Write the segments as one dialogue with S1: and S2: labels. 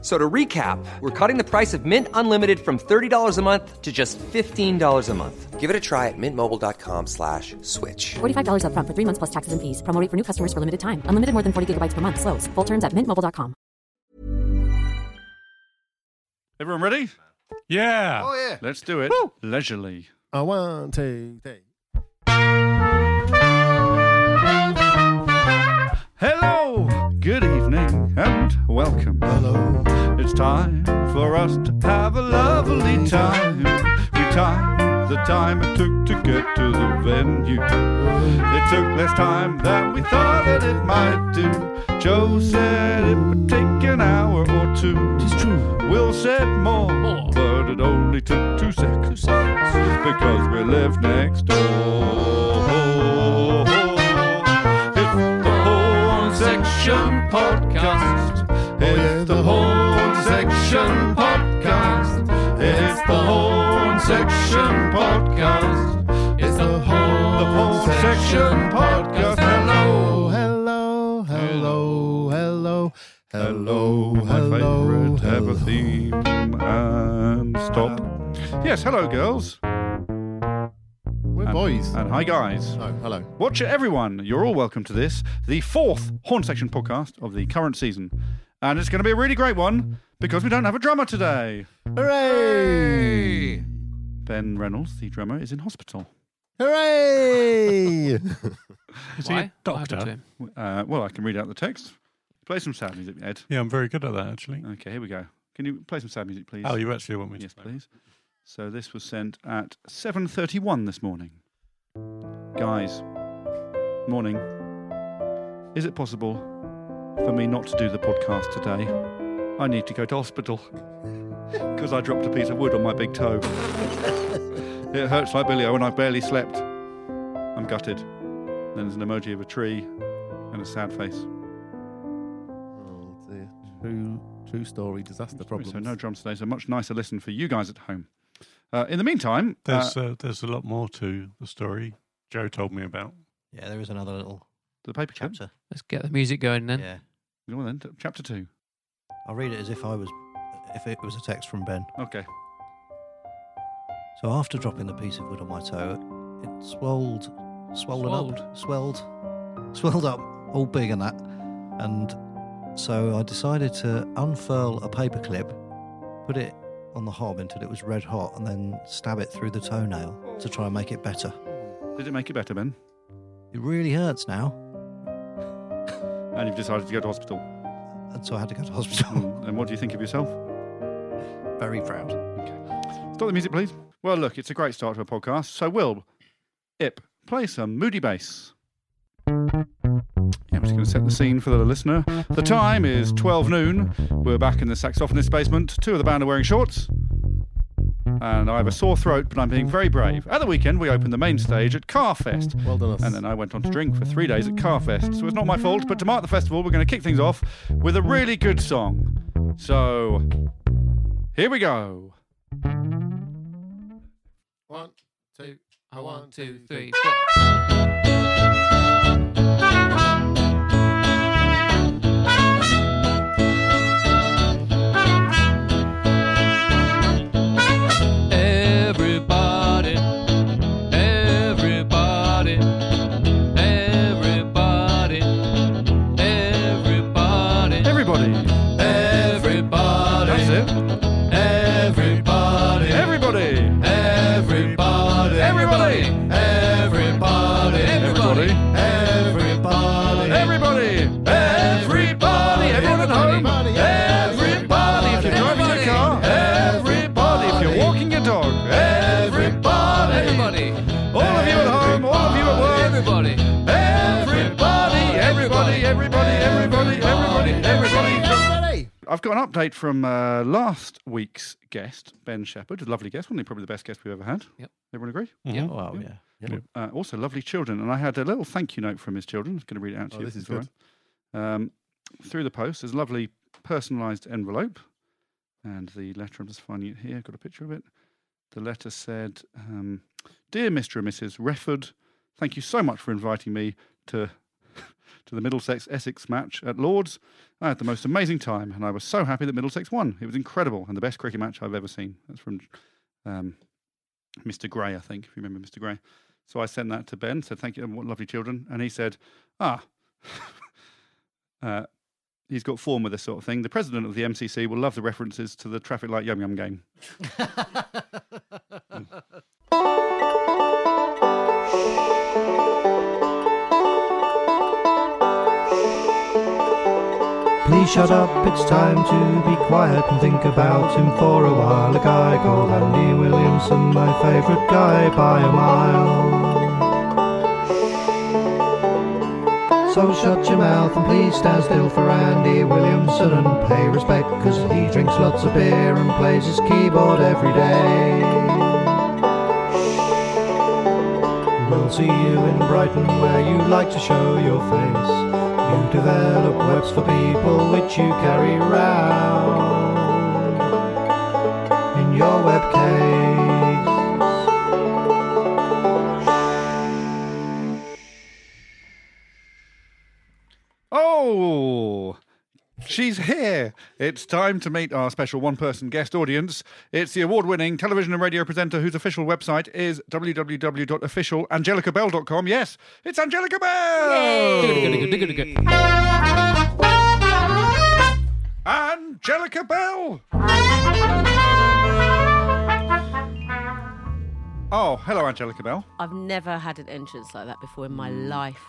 S1: So to recap, we're cutting the price of Mint Unlimited from $30 a month to just $15 a month. Give it a try at mintmobile.com slash switch.
S2: $45 upfront for three months plus taxes and fees. Promo rate for new customers for limited time. Unlimited more than 40 gigabytes per month. Slows. Full terms at mintmobile.com.
S3: Everyone ready? Yeah.
S4: Oh, yeah.
S3: Let's do it. Leisurely.
S4: Uh, one, two, three.
S3: Hello. Good evening and welcome.
S4: Hello.
S3: It's time for us to have a lovely time. We timed the time it took to get to the venue. It took less time than we thought that it might do. Joe said it would take an hour or two. It's true. Will said more, but it only took two seconds. Because we live next door. It's the whole section podcast. It's the Horn Section Podcast. It's the Horn Section Podcast. It's the Horn, the Horn Section Podcast.
S4: Hello, hello,
S3: Hello.
S4: hello, hello, hello,
S3: Hello, my
S4: hello,
S3: favorite have a theme and stop. Yes, hello, girls.
S4: We're boys.
S3: And hi, guys.
S4: Oh, hello.
S3: Watch it, everyone. You're all welcome to this, the fourth Horn Section podcast of the current season. And it's going to be a really great one because we don't have a drummer today.
S4: Hooray!
S3: Ben Reynolds, the drummer, is in hospital.
S4: Hooray!
S5: Is he a doctor?
S3: Uh, well, I can read out the text. Play some sad music, Ed.
S5: Yeah, I'm very good at that actually.
S3: Okay, here we go. Can you play some sad music, please?
S5: Oh, you actually want me to?
S3: yes, please. So this was sent at 7:31 this morning. Guys, morning. Is it possible for me not to do the podcast today? I need to go to hospital because I dropped a piece of wood on my big toe. it hurts like billy and I barely slept. I'm gutted. Then there's an emoji of a tree and a sad face.
S4: oh, dear. True, true story, disaster problem.
S3: So no drums today. So much nicer listen for you guys at home. Uh, in the meantime, uh,
S5: There's uh, there's a lot more to the story. Joe told me about.
S6: Yeah, there is another little
S3: the paper clip.
S6: chapter.
S7: Let's get the music going then.
S6: Yeah,
S3: Go on then, t- chapter two.
S6: I'll read it as if I was, if it was a text from Ben.
S3: Okay.
S6: So after dropping the piece of wood on my toe, it swelled, swollen up, swelled, swelled up, all big and that. And so I decided to unfurl a paper clip, put it on the hob until it was red hot, and then stab it through the toenail to try and make it better.
S3: Did it make it better, Ben?
S6: It really hurts now,
S3: And you've decided to go to hospital.
S6: and so I had to go to hospital.
S3: Mm, and what do you think of yourself?
S6: Very proud.
S3: Stop the music, please. Well, look, it's a great start to a podcast. So, Will, Ip, play some moody bass. Yeah, I'm just going to set the scene for the listener. The time is 12 noon. We're back in the saxophonist basement. Two of the band are wearing shorts. And I have a sore throat, but I'm being very brave. At the weekend, we opened the main stage at Carfest.
S4: Well done us.
S3: And then I went on to drink for three days at Carfest. So it's not my fault, but to mark the festival, we're going to kick things off with a really good song. So here we go.
S4: One, two,
S7: I
S4: one,
S7: want
S4: two,
S7: two,
S4: three.
S7: three, four. Everybody, everybody, everybody, everybody,
S3: Everybody.
S7: everybody,
S3: That's it.
S7: everybody.
S3: Everybody.
S7: Everybody,
S3: Everybody.
S7: everybody,
S3: Everybody.
S7: everybody,
S3: Everybody. Everybody. Everyone at home. Everybody. If you're driving your car. Everybody. If you're walking your dog. Everybody.
S7: everybody,
S3: All of you at home. All of you at work.
S7: everybody,
S3: Everybody, everybody, everybody, everybody, everybody, everybody. I've got an update from uh, last week's guest, Ben Shepherd. A lovely guest, wasn't he? Probably the best guest we've ever had.
S7: Yep.
S3: Everyone agree?
S7: Yeah.
S6: Mm-hmm. Oh, Wow, yeah.
S3: Uh, also, lovely children. And I had a little thank you note from his children. I'm going to read it out to
S4: Oh,
S3: you.
S4: this
S3: if
S4: is
S3: it's all right. Um, through the post, there's a lovely personalised envelope, and the letter, I'm just finding it here, got a picture of it. The letter said, um, Dear Mr. and Mrs. Refford, thank you so much for inviting me to to the Middlesex Essex match at Lord's. I had the most amazing time, and I was so happy that Middlesex won. It was incredible and the best cricket match I've ever seen. That's from um, Mr. Gray, I think, if you remember Mr. Gray. So I sent that to Ben, said, Thank you, and what lovely children. And he said, Ah, uh, he's got form with this sort of thing. The president of the MCC will love the references to the traffic light yum yum game.
S6: Please shut up, it's time to be quiet and think about him for a while. A guy called Andy Williamson, my favourite guy by a mile. So shut your mouth and please stand still for Andy Williamson and pay respect, cause he drinks lots of beer and plays his keyboard every day. We'll see you in Brighton where you like to show your face. You develop webs for people which you carry round in your web case.
S3: Oh, she's here. It's time to meet our special one person guest audience. It's the award winning television and radio presenter whose official website is www.officialangelicabell.com. Yes, it's Angelica Bell! Angelica Bell! Oh, hello, Angelica Bell.
S8: I've never had an entrance like that before in my life.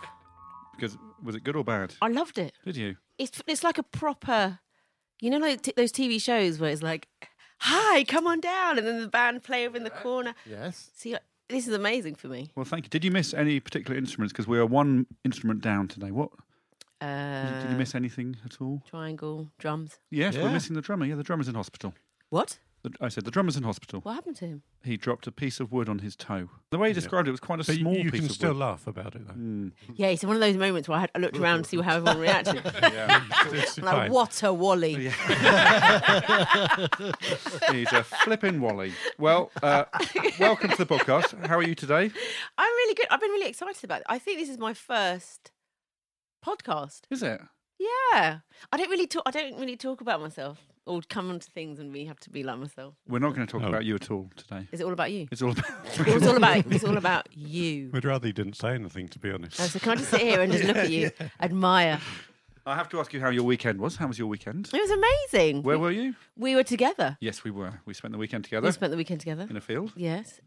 S3: Because was it good or bad?
S8: Mm. I loved it.
S3: Did you?
S8: It's it's like a proper, you know, like t- those TV shows where it's like, "Hi, come on down," and then the band play over in the corner.
S4: Yes.
S8: See, like, this is amazing for me.
S3: Well, thank you. Did you miss any particular instruments? Because we are one instrument down today. What?
S8: Uh,
S3: Did you miss anything at all?
S8: triangle drums?
S3: Yes, we're
S4: Yeah.
S3: missing the drummer. Yeah, the drummer's in hospital.
S8: What?
S3: The, I said the drummer's in hospital.
S8: What happened to him?
S3: He dropped a piece of wood on his toe. The way he described it was quite a
S5: But you-
S3: small
S5: you
S3: piece
S5: can
S3: of Mm.
S5: still
S3: wood.
S5: laugh about it, though.
S3: Hmm.
S8: Yeah, it's one of those moments where I, had, I looked around to see how everyone reacted.
S5: It's
S8: I'm like,
S5: fine.
S8: what a wally!
S3: He's a flipping Wally. Well, uh, welcome to the podcast. How are you today?
S8: I'm really good. I've been really excited about it. I think this is my first podcast.
S3: Is it?
S8: Yeah, I don't really talk. I don't really talk about myself or come onto things and really have to be like myself.
S3: We're not going to talk
S5: No.
S3: about you at all today.
S8: Is it all about you?
S3: It's all about.
S8: It's all about. It's all about you.
S5: We'd rather you didn't say anything, to be honest.
S8: No, so can I just sit here and just look at you, admire?
S3: I have to ask you how your weekend was. How was your weekend?
S8: It was amazing.
S3: Where were you?
S8: we were together.
S3: Yes, we were. We spent the weekend together
S8: We spent the weekend together.
S3: in a field.
S8: Yes,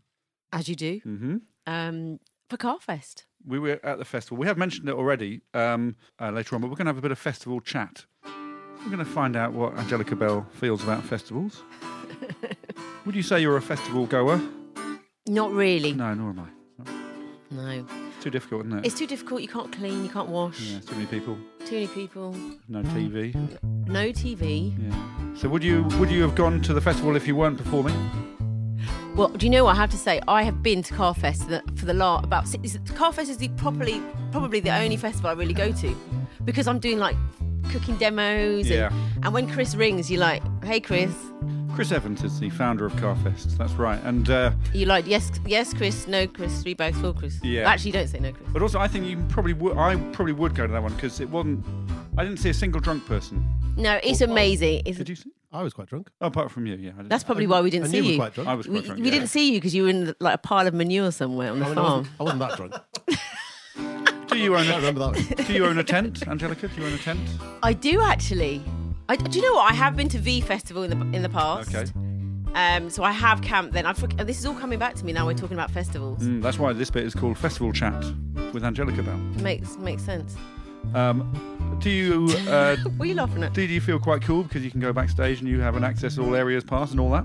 S8: as you do.
S3: Mm-hmm.
S8: Um, for Carfest.
S3: we were at the festival. We have mentioned it already um, uh, later on, but we're going to have a bit of festival chat. We're going to find out what Angelica Bell feels about festivals. Would you say you're a festival goer?
S8: Not really. No.
S3: Mm, No, nor am I. It's too difficult, isn't it?
S8: It's too difficult. You can't clean. You can't wash.
S3: yeah, too many people,
S8: Too many people.
S3: no
S8: Mm.
S3: TV.
S8: No TV.
S3: Yeah. So would you would you have gone to the festival if you weren't performing?
S8: Well, do you know what I have to say? I have been to Carfest for the, for the last about six. is- Carfest is the properly probably the only festival I really go to because I'm doing like cooking demos
S3: Yeah.
S8: and, and when Chris rings, you're like, "Hey, Chris."
S3: Chris Evans is the founder of Carfest. That's right. And uh,
S8: You like yes, yes, Chris, no, Chris, three bags, four, Chris.
S3: Yeah.
S8: Actually, don't say no, Chris.
S3: but also I think you probably would. I probably would go to that one because it wasn't. I didn't see a single drunk person.
S8: No, it's
S3: Well,
S8: amazing. It's,
S3: Did you? See?
S4: I was quite drunk.
S3: Oh, apart from you, yeah. I didn't-
S8: that's probably why we didn't
S4: and
S8: see
S4: you
S8: you.
S4: were quite drunk.
S3: I was
S8: we
S3: quite drunk,
S8: we
S3: yeah.
S8: didn't see you because you were in like a pile of manure somewhere on the
S4: I, mean, I
S8: farm.
S4: wasn't, I wasn't that drunk.
S3: Do you own
S4: I
S3: a,
S4: remember that.
S3: do you own a tent, Angelica? Do you own a tent?
S8: I do actually. I, do you know what? I have been to V Festival in the in the past.
S3: Okay.
S8: Um, so I have camped then. I forg- this is all coming back to me now. We're talking about festivals.
S3: Mm, that's why this bit is called Festival Chat with Angelica Bell.
S8: Makes makes sense.
S3: Um, do you uh,
S8: What are you laughing at?
S3: do you feel quite cool because you can go backstage and you have an access all areas pass and all that?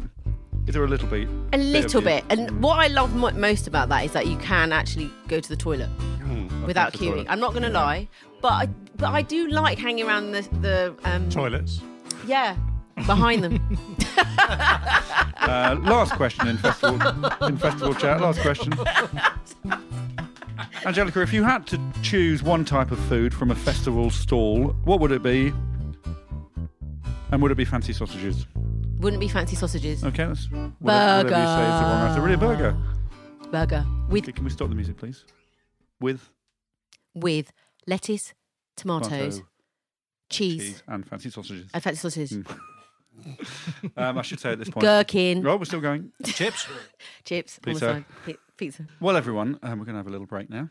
S3: Is there a little beat?
S8: A little
S3: you.
S8: bit. And what I love mo- most about that is that you can actually go to the toilet
S3: Hmm,
S8: without
S3: to the
S8: queuing.
S3: toilet.
S8: I'm not going to lie, but I, but I do like hanging around the the um,
S5: Toilets.
S8: yeah behind them.
S3: Uh, last question in festival in festival chat. Last question. Angelica, if you had to choose one type of food from a festival stall, what would it be? And would it be fancy sausages?
S8: Wouldn't be fancy sausages.
S3: Okay, that's whatever, whatever you say is the wrong answer. Really, a burger.
S8: Burger with
S3: Okay, can we stop the music, please? With
S8: with lettuce, tomatoes,
S3: tomato,
S8: cheese,
S3: cheese, and fancy sausages.
S8: and fancy sausages.
S3: Um, I should say at this point.
S8: Gherkin,
S3: Oh, we're still going.
S4: Chips.
S8: chips,
S3: Pizza.
S8: all the time. Pi- Pizza.
S3: Well, everyone, um, we're going to have a little break now.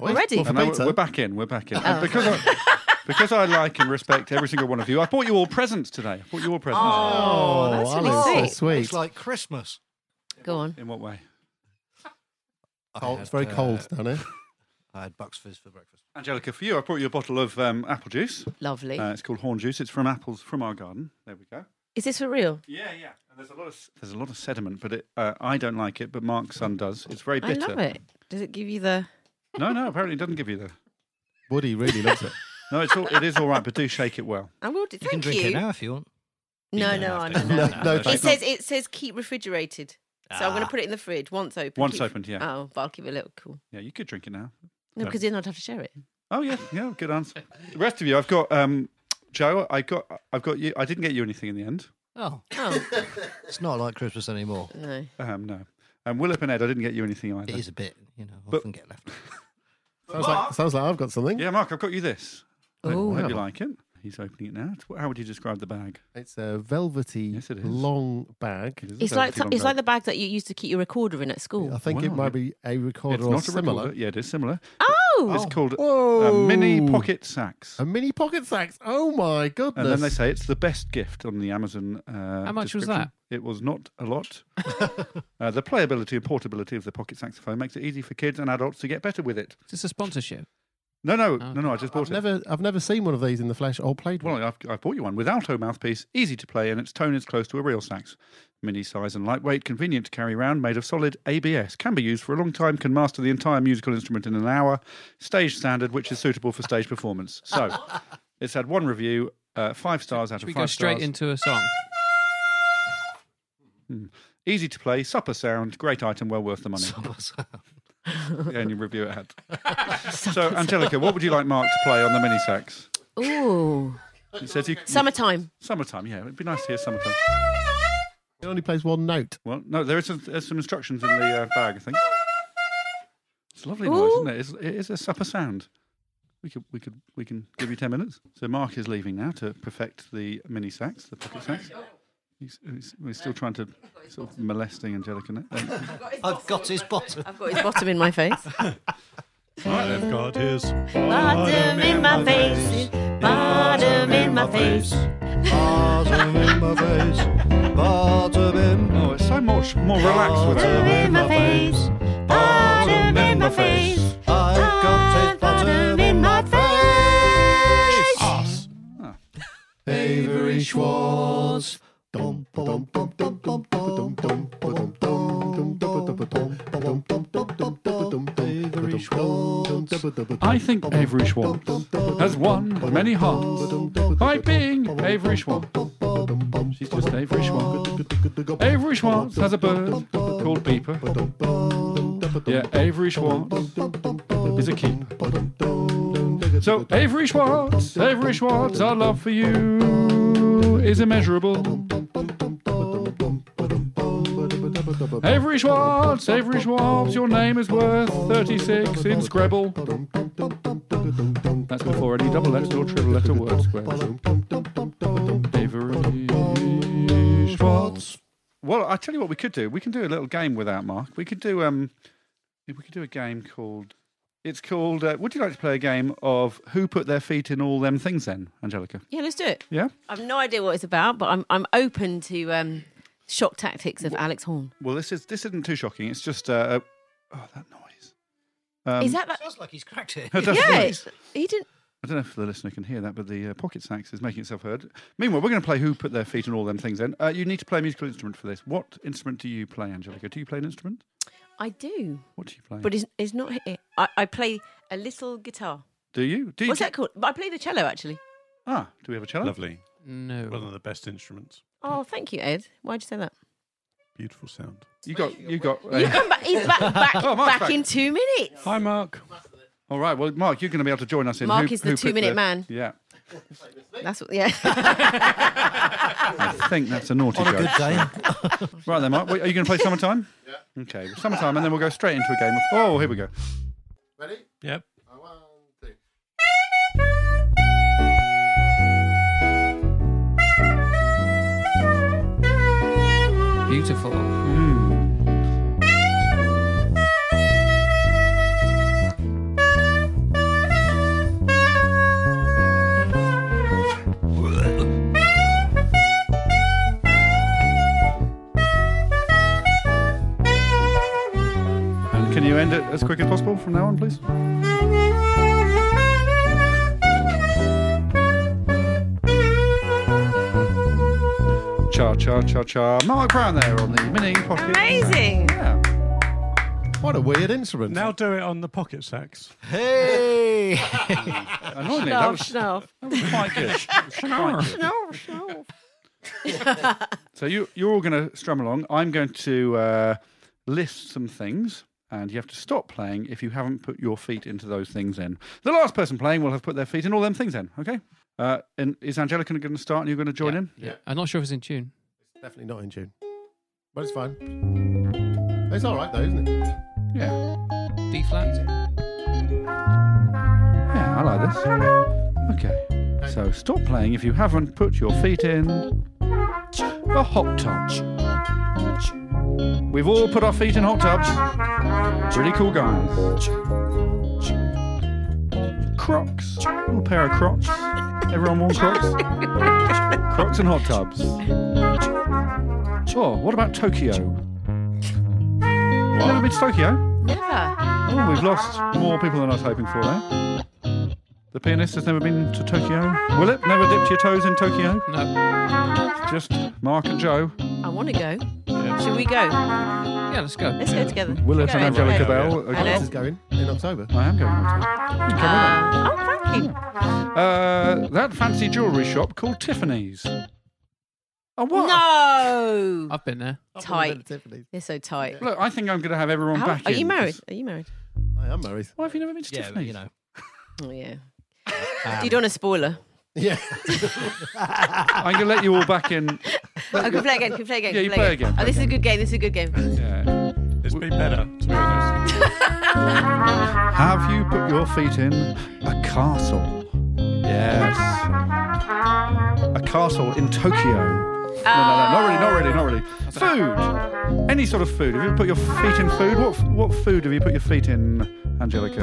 S8: Already?
S4: Well, for
S3: And now
S4: beta.
S3: we're, we're back in. We're back in.
S8: Oh.
S3: And because I, because I like and respect every single one of you, I bought you all presents today. I bought you all presents.
S8: Oh, that's really
S4: Alice, so
S8: sweet.
S4: sweet.
S6: It's like Christmas.
S8: Go on.
S3: In what way?
S4: Cold- Oh, it's
S3: uh,
S4: very cold down here.
S6: uh, I had Bucks Fizz for breakfast.
S3: Angelica, for you, I brought you a bottle of um, apple juice.
S8: Lovely.
S3: Uh, it's called Horn Juice. It's from apples from our garden. There we go.
S8: Is this for real?
S3: Yeah, yeah. And there's a lot of there's a lot of sediment, but it, uh, I don't like it. But Mark's son does. It's very
S8: I
S3: bitter.
S8: love it. Does it give you the?
S3: No, no. Apparently, it doesn't give you the.
S4: Woody really loves it.
S3: No, it's all, it is all right, but do shake it well.
S8: I will. Do,
S6: You can
S8: thank
S6: drink
S8: you.
S6: it now if you want.
S8: No,
S6: You
S8: no,
S6: don't
S8: I'm
S6: have
S8: not.
S6: to.
S4: No, no,
S8: It
S4: thanks.
S8: says it says keep refrigerated. So I'm going to
S6: Ah.
S8: put it in the fridge once open.
S3: Once
S8: keep-
S3: opened, yeah.
S8: Oh, but I'll keep it a little cool.
S3: Yeah, you could drink it now.
S8: No,
S3: Yeah.
S8: because then I'd have to share it.
S3: Oh yeah, yeah. Good answer. The rest of you, I've got um, Joe. I got I've got you. I didn't get you anything in the end.
S6: Oh,
S8: Oh
S6: it's not like Christmas anymore.
S8: no.
S3: Um, no. And Willip and Ed, I didn't get you anything either.
S6: It is a bit, you know,
S3: But-
S6: often get left.
S4: Sounds like, sounds like I've got something.
S3: Yeah, Mark, I've got you this.
S8: Oh,
S3: I hope
S4: wow.
S3: you like it. He's opening it now. It's- How would you describe the bag?
S4: It's a velvety,
S3: Yes, it is.
S4: long bag.
S3: It is a
S8: it's like
S3: velvety long
S8: it's like
S3: bag.
S8: the bag that you used to keep your recorder in at school.
S4: I think it
S3: Wow,
S4: might
S3: yeah.
S4: be a recorder
S3: It's
S4: or
S3: not a
S4: similar.
S3: recorder. Yeah, it is similar.
S8: Oh,
S3: It's called a
S4: Whoa.
S3: mini pocket sax.
S4: A mini pocket sax. Oh my goodness.
S3: And then they say it's the best gift on the Amazon. Uh,
S9: How much was
S3: description. It was not a lot. uh, the playability and portability of the pocket saxophone makes it easy for kids and adults to get better with it.
S9: Is this a sponsorship?
S3: No, no,
S9: Oh.
S3: no, no. I just bought
S4: I've
S3: it.
S4: never, I've never seen one of these in the flesh or played one.
S3: Well, I've, I've bought you one with alto mouthpiece, easy to play, and its tone is close to a real sax. Mini size and lightweight, convenient to carry around, made of solid ABS, can be used for a long time, can master the entire musical instrument in an hour, stage standard, which is suitable for stage performance. So, it's had one review, uh, five stars out
S9: Should
S3: of
S9: we
S3: five
S9: go straight
S3: stars.
S9: into a song?
S3: Easy to play, supper sound, great item, well worth the money. the only review it had. so, Angelica, what would you like Mark to play on the mini sax?
S6: Oh.
S8: ooh,
S3: It says you,
S8: summertime.
S3: summertime. Yeah, it'd be nice to hear summertime.
S4: It only plays one note.
S3: Well, no, there is some, there's some instructions in the uh, bag, I think. It's a lovely noise,
S8: Ooh.
S3: isn't it? It's, it is a supper sound. We could, we could, we can give you ten minutes. So Mark is leaving now to perfect the mini sax, the pocket sax. He's, he's, we're still trying to sort of molesting Angelica. Now. Um,
S6: I've got his bottom.
S8: I've got his bottom in my face.
S5: I've got his
S8: bottom in my face. Bottom in my face.
S6: Bottom in my face. Bottom in.
S3: oh, it's so much more relaxed with
S6: Bottom
S3: that.
S6: in Oh, my face. Bottom in my face. I've got his bottom in my face.
S4: Ah.
S5: ass.
S6: Avery Schwartz.
S3: I think Avery Schwartz has won many hearts by being Avery Schwartz. She's just Avery Schwartz. Avery Schwartz has a bird called Beeper. Yeah, Avery Schwartz is a keeper. So, Avery Schwartz, Avery Schwartz, our love for you is immeasurable. Avery Schwartz, Avery Schwartz, your name is worth 36 in Scrabble. That's before any double letter or triple letter word squares. Avery Schwartz. Well, I tell you what we could do. We can do a little game without Mark. We could do um, we could do a game called. It's called. Uh, would you like to play a game of who put their feet in all them things? Then, Angelica.
S8: Yeah, let's do it.
S3: Yeah.
S8: I've no idea what it's about, but I'm I'm open to um, shock tactics of Alex Horn.
S3: Well, this is this isn't too shocking. It's just uh, oh that noise. Um,
S8: Is that that?
S6: Sounds like he's cracked it.
S3: that's
S8: Yeah,
S3: nice.
S8: it's- he didn't.
S3: I don't know if the listener can hear that, but the uh, pocket sax is making itself heard. Meanwhile, we're going to play Who Put Their Feet and All Them Things in. Uh, you need to play a musical instrument for this. What instrument do you play, Angelica? Do you play an instrument?
S8: I do,
S3: What do you play?
S8: but it's, it's not. here. I, I play a little guitar.
S3: do you? Do you
S8: What's that called? I play the cello actually.
S3: Ah, do we have a cello?
S5: Lovely. One
S9: No.
S5: of the best instruments.
S8: Oh, thank you, Ed. Why'd you say that?
S5: Beautiful sound.
S3: You got, you got.
S8: You
S3: Uh,
S8: come back. He's back, back,
S3: Oh, Mark's
S8: back,
S3: back.
S8: in two minutes.
S5: Hi, Mark.
S3: all right, well, Mark, you're going to be able to join us in.
S8: Mark
S3: who,
S8: is the
S3: Who Put
S8: two-minute
S3: Their-
S8: man.
S3: Yeah.
S8: That's what. Yeah.
S3: think that's a naughty
S6: On a
S3: joke.
S6: good day.
S3: Right then, Mark, wait, are you going to play summertime? Yeah. Okay, well, summertime, and then we'll go straight into a game of. Oh, here we go.
S9: Ready?
S5: Yep.
S9: One, two.
S10: Beautiful.
S3: And can you end it as quick as possible from now on, please? Cha cha cha cha. Mark Brown there on the mini pocket.
S8: Amazing.
S3: Yeah.
S4: What a weird instrument.
S5: Now do it on the pocket sax.
S6: Hey!
S3: Annoyingly, that
S8: Snuff,
S3: was,
S8: snuff.
S3: that was quite good. That was quite good. So you you're all going to strum along. I'm going to uh, list some things, and you have to stop playing if you haven't put your feet into those things. In the last person playing will have put their feet in all them things. In okay. Uh, and is Angelica going to start, and you're going to join in?
S10: Yeah. I'm not sure if it's in tune.
S4: Definitely not in tune.
S9: But it's fine. It's all right though, isn't it?
S3: Yeah.
S10: D flat.
S3: Yeah, I like this. Okay. So stop playing if you haven't put your feet in the hot tub. We've all put our feet in hot tubs. Really cool guys. Crocs. Little pair of Crocs. Everyone wore Crocs. Crocs and hot tubs. Oh, what about Tokyo? Never been to Tokyo?
S8: Never.
S3: Oh, we've lost more people than I was hoping for there. The pianist has never been to Tokyo. Will it? Never dipped your toes in Tokyo?
S10: No.
S3: Just Mark and Joe.
S8: I want to go. Should we go?
S10: Yeah, let's go.
S8: Let's go together.
S3: Willett
S8: Go
S3: and
S8: ahead,
S3: Angelica
S8: go ahead.
S3: Bell. are
S8: Hello.
S3: going-
S9: This is going in October.
S3: I am going on to it. You come with
S8: Uh, oh, thank you.
S3: me. Uh, that fancy jewellery shop called Tiffany's. Oh, what?
S8: No.
S10: I've been there.
S8: Tight. They're so tight.
S3: Look, I think I'm going to have everyone
S8: How-
S3: back
S8: are
S3: in.
S8: you married? Are you married?
S4: I am married.
S3: Why have you never been to
S6: yeah,
S3: Tiffany's?
S6: you know.
S8: Oh yeah. Do you don't want a spoiler?
S4: Yeah.
S3: I'm going to let you all back in.
S8: Oh, can we play again? Can we play again?
S3: Yeah,
S8: Can we
S3: you play again,
S8: Oh,
S3: play
S8: this is a good game. This is a good game.
S3: Yeah.
S5: It's been better, to be honest.
S3: Have you put your feet in a castle? Yes. A castle in Tokyo. No, no, no, not really, not really, not really. Food. Any sort of food. Have you put your feet in food? What what food have you put your feet in, Angelica?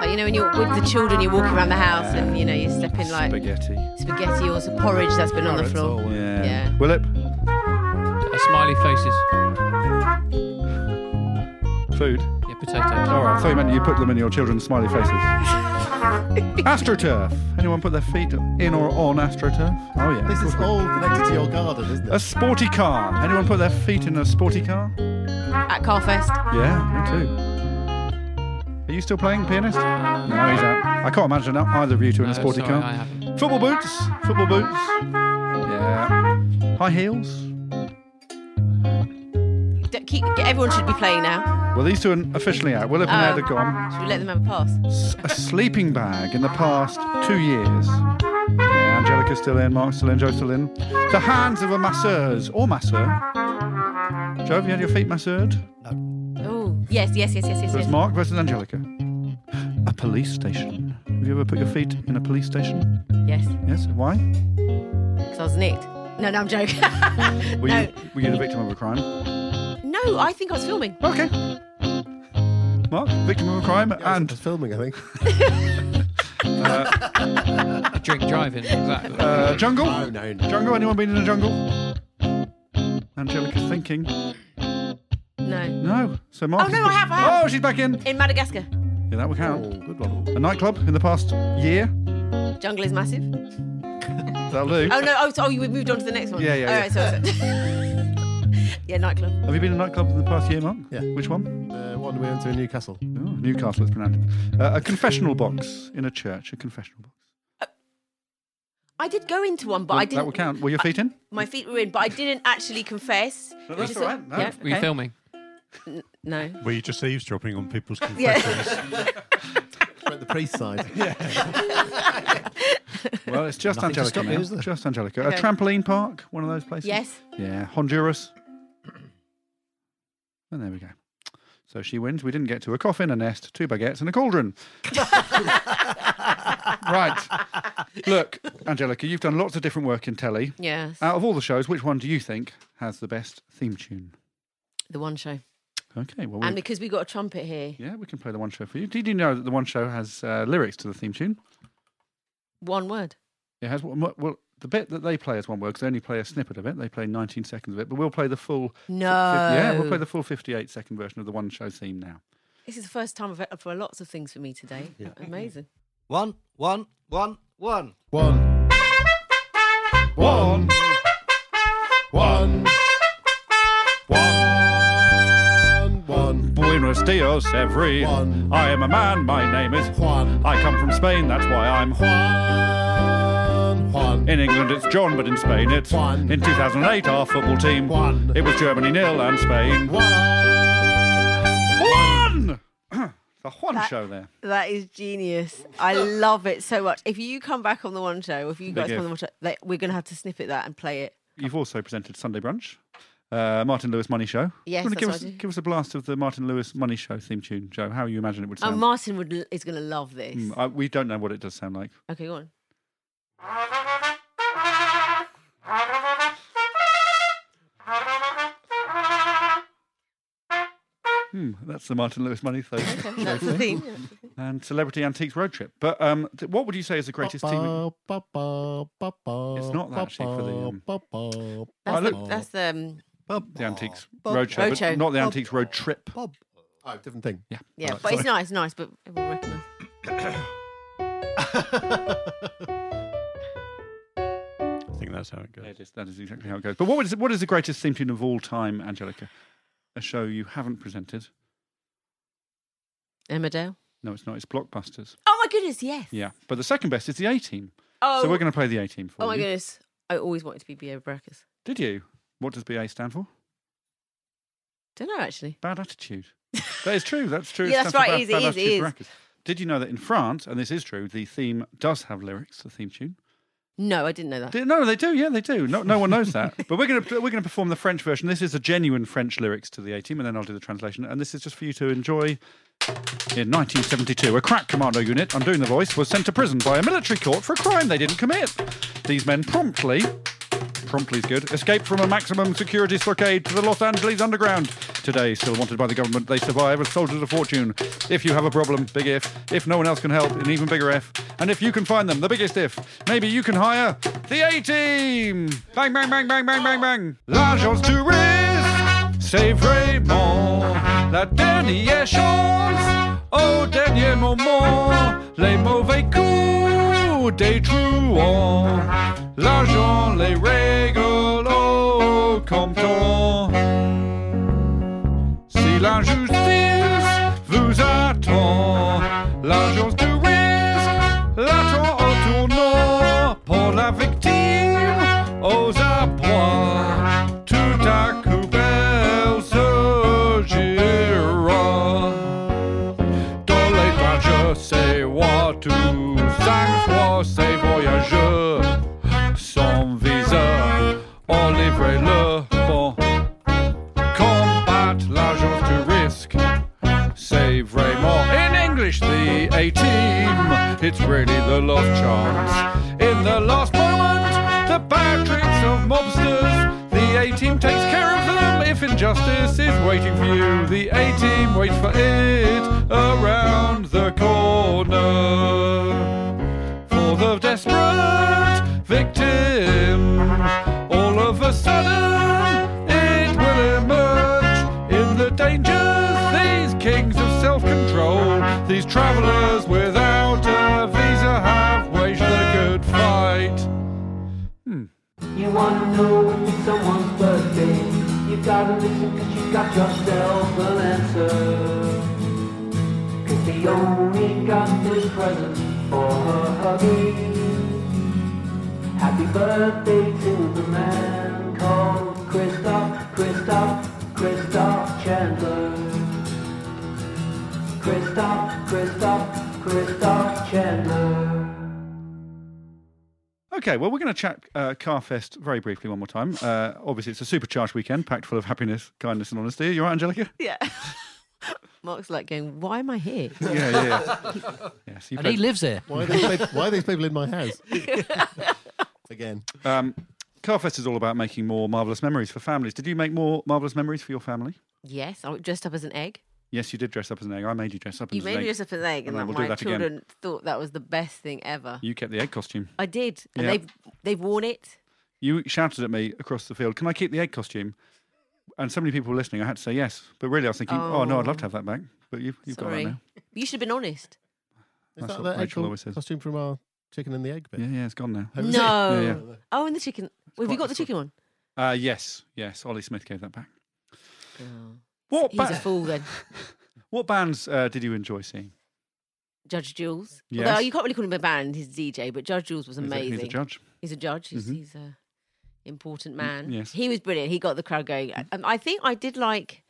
S8: Like, you know, when you're with the children, you're walking around the house and, you know, you're stepping like
S3: Spaghetti.
S8: spaghetti or some porridge that's been on the floor.
S3: Yeah.
S8: Yeah.
S3: Willip,
S10: Uh, smiley faces.
S3: food.
S10: Yeah, potato. Uh,
S3: All right, so you meant you put them in your children's smiley faces. AstroTurf. Anyone put their feet in or on AstroTurf? Oh yeah.
S4: This is all connected to your garden, isn't
S3: A
S4: it?
S3: sporty car. Anyone put their feet in a sporty car?
S8: At Carfest.
S3: Yeah, me too. Are you still playing pianist? No, he's out. I can't imagine either of you two in
S10: No,
S3: a sporty
S10: sorry, I
S3: car.
S10: haven't.
S3: Football boots. Football boots. Yeah. High heels.
S8: Don't keep, everyone should be playing now.
S3: Well, these two are officially out. Willip and Ed are gone.
S8: Should we let them have a pass?
S3: S- A sleeping bag in the past two years. Yeah, Angelica's still in. Mark's still in. Joe's still in. The hands of a masseuse or masseur. Joe, have you had your feet masseured?
S8: Oh, yes, yes, yes, yes, yes.
S3: So it's
S8: yes.
S3: Mark versus Angelica. A police station. Have you ever put your feet in a police station?
S8: Yes,
S3: Yes. Why?
S8: because I was nicked. No, no, I'm joking.
S3: Were
S8: No.
S3: you were you the victim of a crime?
S8: no, I think I was filming.
S3: Okay. Mark, victim of a crime,
S4: It's
S3: and
S4: filming, I think.
S10: Drink driving. Exactly.
S3: uh, jungle.
S4: no, no.
S3: Jungle. Anyone been in a jungle? Angelica's thinking.
S8: No.
S3: No. So Mark.
S8: Oh,
S3: is-
S8: no, I have, I have.
S3: Oh, she's back in.
S8: In Madagascar.
S3: Yeah, that would
S4: Oh,
S3: count.
S4: good one.
S3: A nightclub in the past year.
S8: Jungle is massive.
S3: That'll do.
S8: Oh, no, oh, so, oh, you moved on to the next one.
S3: Yeah, yeah,
S8: All
S3: yeah.
S8: right, so, so- yeah, nightclub.
S3: Have you been in a nightclub in the past year, Mark?
S4: Yeah.
S3: Which one?
S4: Uh, one we went to in Newcastle.
S3: Oh, Newcastle, it's pronounced. Uh, a confessional box in a church. A confessional box.
S8: I did go into one, but
S3: Well,
S8: I didn't.
S3: That would count. Were your feet in?
S8: My feet were in, but I didn't actually confess.
S3: No,
S8: It was
S3: that's
S8: just
S3: all
S8: like-
S3: right. No.
S8: yeah,
S10: Were you
S8: okay.
S10: filming?
S8: No.
S5: Were you just eavesdropping on people's
S8: Yeah.
S5: confessions?
S4: We're at the priest side.
S3: Well, it's just
S6: Nothing to
S3: Angelica
S6: stop you,
S3: now.
S6: is there?
S3: Just Angelica.
S8: Okay.
S3: A trampoline park, one of those places.
S8: Yes.
S3: Yeah, Honduras. And there we go. So she wins. We didn't get to a coffin, a nest, two baguettes, and a cauldron. right. Look, Angelica, you've done lots of different work in telly.
S8: Yes.
S3: Out of all the shows, which one do you think has the best theme tune?
S8: The one show.
S3: Okay, well,
S8: And
S3: we,
S8: because we got a trumpet here,
S3: yeah, we can play the one show for you. Did you know that the one show has uh, lyrics to the theme tune?
S8: one word.
S3: It has one. Well, the bit that they play is one word 'cause they only play a snippet of it. They play 19 seconds of it, but we'll play the full. fi-
S8: No.
S3: yeah, we'll play the full 58 second version of the one show theme now.
S8: This is the first time I've for lots of things for me today.
S3: Yeah.
S8: Amazing.
S6: One, one, one, one.
S9: One. One. One. One.
S3: Buenos dias, every.
S9: One.
S3: I am a man. My name is Juan. I come from Spain. That's why I'm
S9: Juan. Juan.
S3: In England, it's John, but in Spain, it's
S9: Juan.
S3: In 2008, our football team.
S9: Juan.
S3: It was Germany nil and Spain. Juan. the Juan
S8: That-
S3: show there.
S8: That is genius. I love it so much. If you come back on the one show, if you
S3: Big
S8: guys come
S3: if.
S8: on the one show, they, we're going to have to snippet that and play it.
S3: You've also presented Sunday Brunch, uh, Martin Lewis Money Show.
S8: Yes,
S3: Do you wanna
S8: that's
S3: give
S8: what
S3: us
S8: I do.
S3: give us a blast of the Martin Lewis Money Show theme tune, Joe. How you imagine it would sound?
S8: And Oh, Martin would l- is going to love this.
S3: Mm, I, we don't know what it does sound like.
S8: Okay, go on.
S3: Hmm, that's the Martin Lewis Money Show.
S8: Okay, that's the theme.
S3: Oh, and Celebrity Antiques Road Trip. But um, th- what would you say is the greatest TV?
S9: It's
S3: It's not that actually for the, um,
S9: the.
S8: That's, the,
S3: look-
S8: that's the, um,
S3: The Antiques
S6: Bob-
S3: Road Show,
S8: Roadshow.
S3: but not the
S6: Bob-
S3: Antiques Road Trip.
S6: Bob.
S9: Oh, different thing.
S3: Yeah,
S8: yeah,
S3: Alright,
S8: but it's
S3: Oh, sorry.
S8: nice, nice, but everyone recognises.
S5: I think that's how it goes.
S3: Yeah, it is. That is exactly how it goes. But what is what is the greatest theme tune of all time, Angelica? A show you haven't presented?
S8: Emmerdale.
S3: No, it's not. It's Blockbusters.
S8: Oh my goodness, yes.
S3: Yeah, but the second best is the A Team.
S8: Oh,
S3: So we're going to play the A Team for
S8: oh my
S3: you.
S8: goodness. I always wanted to be B.A. Brackers.
S3: Did you? What does BA stand for?
S8: Don't know, actually.
S3: Bad attitude. That is true. That's true. It
S8: Yeah, that's
S3: stands for
S8: right,
S3: bad-
S8: it is, it
S3: bad
S8: is,
S3: attitude
S8: it
S3: brackets. Did you know that in France, and this is true, the theme does have lyrics, the theme tune?
S8: No, I didn't know that.
S3: Did- No, they do. Yeah, they do. No, no one knows that. But we're going to we're going to perform the French version. This is the genuine French lyrics to the A team, and then I'll do the translation. And this is just for you to enjoy. In 1972, a crack commando unit, I'm doing the voice, was sent to prison by a military court for a crime they didn't commit. These men promptly, promptly's good, escaped from a maximum security stockade to the Los Angeles underground. Today, still wanted by the government, they survive as soldiers of fortune. If you have a problem, big if. If no one else can help, an even bigger if. And if you can find them, the biggest if. Maybe you can hire the A team! Bang, bang, bang, bang, bang, bang, bang! L'agence touriste, c'est vraiment la dernière chance. Au dernier moment, les mauvais coups des truands, l'argent les règle au comptant. Si l'injustice vous attend, l'agence du risque l'attend au tournant pour la victime aux appoints. Tout à coup, elle se gira. Dans les pages, c'est roi tout cinq fois ces voyageurs sans visa. Enlivrez le bon, combattre l'agence du risque. C'est vraiment in English the A team. It's really the lost chance. In the last moment, the bad tricks of mobsters. The A team takes care of them if injustice is waiting for you. The A team waits for it around the corner for the desperate victim. All of a sudden, it will emerge in the dangers these kings of self control, these travelers without a visa have waged a good fight.
S11: You wanna know if it's someone's birthday You gotta listen cause you got yourself an answer Cause they only got this present for her hubby Happy birthday to the man called Christoph, Christoph, Christoph Chandler Christoph, Christoph, Christoph Chandler
S3: Okay, well, we're going to chat uh, Carfest very briefly one more time. Uh, obviously, it's a supercharged weekend, packed full of happiness, kindness, and honesty. Are you all right, Angelica?
S8: Yeah. Mark's like going, why am I here?
S3: Yeah, yeah, yeah. Yes, you And he played- lives here.
S9: Why are, these people, why are these people in my house? Again.
S3: Um, Carfest is all about making more marvellous memories for families. Did you make more marvellous memories for your family?
S8: Yes, I was dressed up as an egg.
S3: Yes, you did dress up as an egg. I made you dress up
S8: You
S3: as an egg.
S8: made me dress up as an egg, and,
S3: then we'll
S8: like,
S3: do
S8: my
S3: that
S8: children
S3: again.
S8: thought that was the best thing ever.
S3: You kept the egg costume.
S8: I did, and
S3: Yeah.
S8: they've they've worn it.
S3: You shouted at me across the field, "Can I keep the egg costume?" And so many people were listening. I had to say yes, but really, I was thinking, "Oh, no, I'd love to have that back." But you've, you've got that
S8: Sorry,
S3: now.
S8: you should have been honest.
S9: Is
S3: That's what
S9: that the
S3: Rachel
S9: Rachel
S3: always says.
S9: costume from our chicken and the egg bit?
S3: Yeah, yeah, it's gone now.
S9: That was it.
S8: No.
S3: Yeah,
S8: Oh, and the chicken. Well, have you got the chicken one?
S3: yeah. Uh, yes, yes. Ollie Smith gave that back. What?
S8: He's a
S3: ba-
S8: fool then.
S3: What bands uh, did you enjoy seeing?
S8: Judge Jules.
S3: Yes.
S8: Although you can't really call him a band, he's a DJ, but Judge Jules was
S3: He's a- he's a
S8: amazing.
S3: judge.
S8: He's a judge. He's,
S3: Mhm.
S8: he's a important man.
S3: yes. Mm.
S8: He was brilliant. He got the crowd going. Um, I think I did like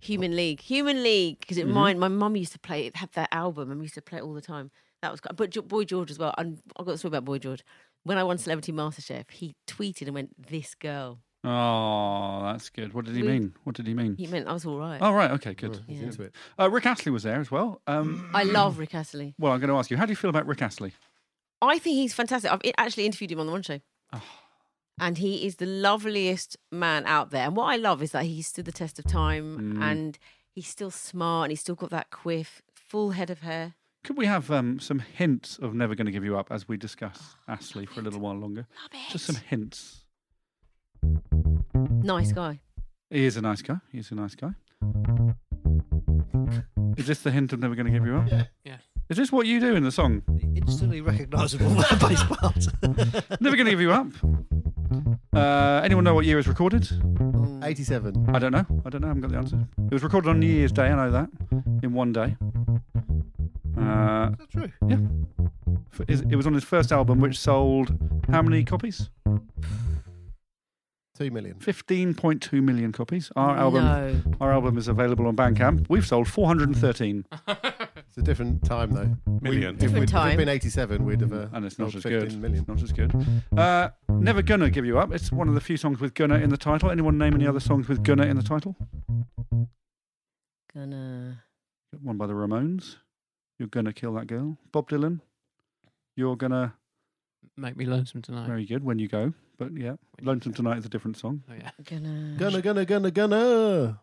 S8: Human League. Human League, because it
S3: Mm-hmm.
S12: Mhm.
S8: mine, my mum used to play it, have that album, and we used to play it all the time. That was, quite- but Jo- Boy George as well. And I've got a story about Boy George. When I won Celebrity MasterChef, he tweeted and went, This girl.
S3: Oh, that's good. What did he
S8: We-
S3: mean? What did he mean?
S8: He meant I was all right.
S3: Oh, right. Okay, good.
S8: he's Yeah. Mm. into it.
S3: Uh, Rick Astley was there as well. Um,
S8: I love Rick Astley.
S3: Well, I'm going to ask you, how do you feel about Rick Astley?
S8: I think he's fantastic. I've i- actually interviewed him on the One Show.
S3: Ah.
S8: And he is the loveliest man out there. And what I love is that he stood the test of time
S3: Mm.
S8: and he's still smart and he's still got that quiff, full head of hair.
S3: Could we have um, some hints of Never Going to Give You Up as we discuss Astley for a little while longer? Just some hints.
S8: Nice guy.
S3: He is a nice guy. He is a nice guy. Is this the hint of Never Going to Give You Up? Yeah.
S10: Yeah.
S3: Is this what you do in the song?
S6: Instantly recognisable bass part.
S3: Never Going to Give You Up. Uh, anyone know what year it was recorded? Mm.
S9: 87.
S3: I don't know. I don't know. I haven't got the answer. It was recorded on New Year's Day. I know that. In one day. Uh,
S6: Is that true?
S3: Yeah. F- is- It was on his first album, which sold how many copies?
S9: Two million.
S3: 15.2 million copies. Our album,
S9: No.
S3: our album is available on Bandcamp. We've sold 413.
S9: It's a different time, though.
S3: Million. Mm.
S9: We, if, we'd,
S3: Different
S9: if
S3: time.
S9: it'd been 87, we'd have. Uh,
S3: and it's not
S9: sold
S3: as good.
S9: 15 million.
S3: It's Not as good. Uh, Never gonna give you up. It's one of the few songs with "gonna" in the title. Anyone name any other songs with "gonna" in the title?
S8: Gonna.
S3: One by the Ramones. You're gonna kill that girl. Bob Dylan. You're gonna
S10: Make me lonesome tonight.
S3: very good when you go. But yeah, "Lonesome Tonight" is a different song.
S10: Oh, yeah.
S8: Gonna.
S9: Gonna, gonna, gonna, gonna.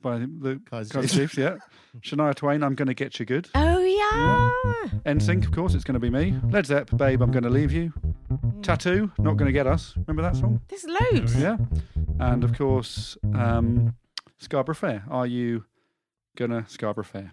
S3: By the, the Kaiser
S9: Chiefs.
S3: Chiefs, yeah. Shania Twain, I'm Gonna Get You Good.
S8: Oh, yeah.
S3: NSYNC, of course, it's Gonna Be Me. Led Zepp, Babe, I'm Gonna Leave You. Tattoo, Not Gonna Get Us. Remember that song?
S8: There's loads.
S3: Yeah. And of course, um, Scarborough Fair. Are you gonna Scarborough Fair?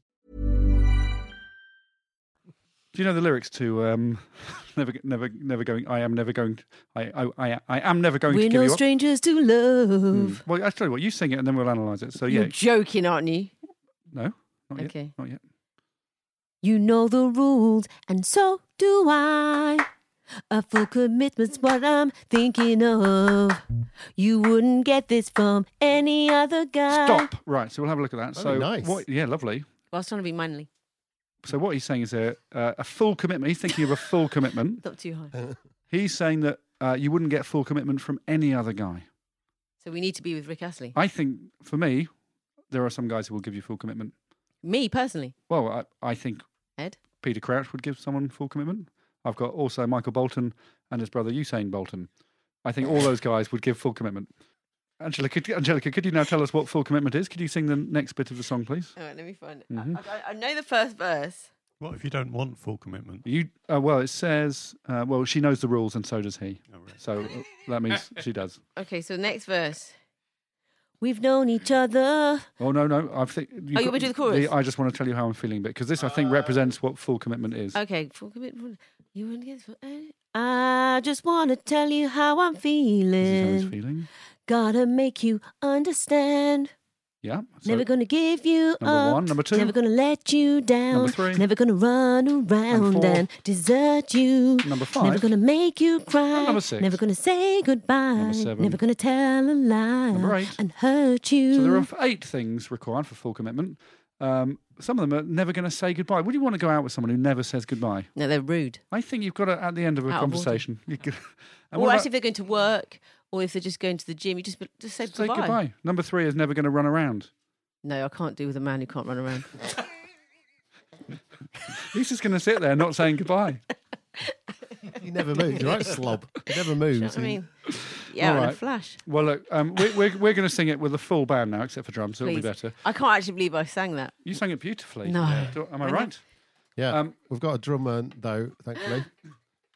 S3: Do you know the lyrics to um, "Never, Never, Never Going"? I am never going. I, I, I, I am never going
S8: We're
S3: to give
S8: no
S3: you up.
S8: strangers to love.
S3: Mm. Well, I tell you what, you sing it and then we'll analyse it. So yeah,
S8: You're joking, aren't you?
S3: no, not yet.
S8: Okay.
S3: Not yet.
S8: You know the rules, and so do I. A full commitment's what I'm thinking of. You wouldn't get this from any other guy.
S3: Stop. Right. So we'll have a look at that.
S8: Very
S3: so
S8: nice.
S3: what? Yeah, lovely.
S8: I was trying to be manly,
S3: So what he's saying is a uh, a full commitment. He's thinking of a full commitment.
S8: not too high.
S3: He's saying that uh, you wouldn't get full commitment from any other guy.
S8: So we need to be with Rick Astley.
S3: I think for me, there are some guys who will give you full commitment.
S12: Me personally,
S13: Well, I, I think
S12: Ed.
S13: Peter Crouch would give someone full commitment. I've got also Michael Bolton and his brother Usain Bolton. I think all those guys would give full commitment. Angela, could, Angelica, could you now tell us what full commitment is? Could you sing the next bit of the song, please?
S8: All right, let me find it. I-
S13: Mhm.
S8: I, I know the first verse.
S6: What if you don't want full commitment?
S13: You uh, well, it says uh, well she knows the rules and so does he. So uh, that means she does.
S8: Okay, so next verse.
S12: We've known each other.
S13: Oh no, no, I think. you've
S8: you
S13: got
S8: wanna do the chorus?
S13: I just want to tell you how I'm feeling, because this I think represents what full commitment is.
S12: Okay, full commitment. You wouldn't get for any- I just want to tell you how I'm feeling.
S13: feeling.
S12: Gotta make you understand.
S13: Yeah.
S12: never gonna give you
S13: Number
S12: up.
S13: one, number two.
S12: Never gonna let you down.
S13: three.
S12: Never gonna run around
S13: four.
S12: and desert you.
S13: Number
S12: Never
S13: five.
S12: gonna make you cry.
S13: number six.
S12: Never gonna say goodbye.
S13: seven.
S12: Never gonna tell a lie
S13: Number eight.
S12: and hurt you.
S13: So there are eight things required for full commitment. Um, some of them are never going to say goodbye. Would you want to go out with someone who never says goodbye?
S12: No, they're rude.
S13: I think you've got to, at the end of
S8: Out
S13: a
S8: of order.
S13: conversation. you g- And
S8: or actually,
S13: what
S8: if
S13: about-
S8: they're going to work, or if they're just going to the gym, you just just say,
S13: say goodbye. Number three is never going to run around.
S8: No, I can't do with a man who can't run around.
S13: He's just going to sit there not saying goodbye.
S3: He never moves, right, slob? He never moves.
S8: I
S3: He-
S8: mean, yeah,
S13: All
S8: in a
S13: right.
S8: flash.
S13: Well, look, um, we, we're, we're going to sing it with a full band now, except for drums, so
S8: Please.
S13: it'll be better.
S8: I can't actually believe I sang that.
S13: You sang it beautifully.
S8: No.
S13: Do- Am I,
S8: I know.
S13: right?
S3: Yeah. We've got a drummer, though, thankfully.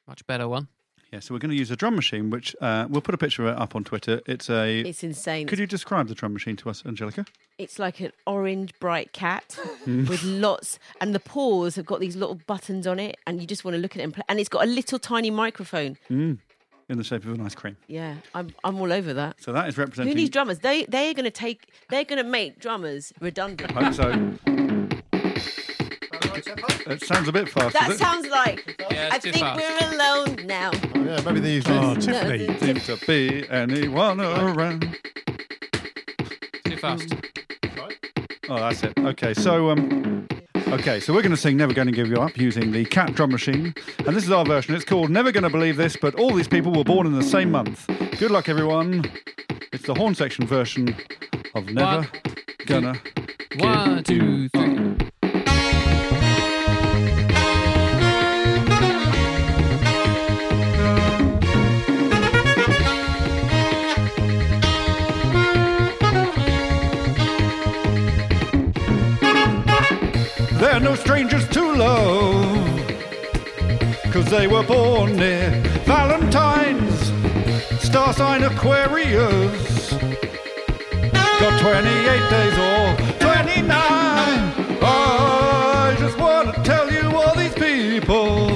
S13: Much better one. Yeah, so we're going to use a drum machine, which uh, we'll put a picture of it up on Twitter. It's a.
S8: It's insane.
S13: Could you describe the drum machine to us, Angelica?
S8: It's like an orange bright cat
S13: Mm.
S8: with lots, and the paws have got these little buttons on it, and you just want to look at it and play. And it's got a little tiny microphone.
S13: Mm. In the shape of an ice cream.
S8: Yeah, I'm, I'm all over that.
S13: So that is
S8: Who
S13: representing.
S8: needs drummers? They they're going to take they're going to make drummers redundant.
S13: Hope so. It sounds a bit fast.
S8: That
S13: does it?
S8: sounds like
S10: Yeah, it's
S8: I
S10: too
S8: think
S10: fast.
S8: we're alone now.
S3: Yeah, maybe they use
S13: Oh,
S3: this.
S13: Tiffany. Seem to be anyone around.
S10: Too fast.
S13: Oh, that's it. Okay, so um, okay, so we're going to sing "Never Going to Give You Up" using the Cat drum machine, and this is our version. It's called "Never Going to Believe This," but all these people were born in the same month. Good luck, everyone. It's the horn section version of "Never
S10: One,
S13: Gonna."
S10: One, two, three.
S13: They're no strangers to love. Cause they were born near Valentine's, star sign Aquarius. Got 28 days or 29. I just want to tell you all these people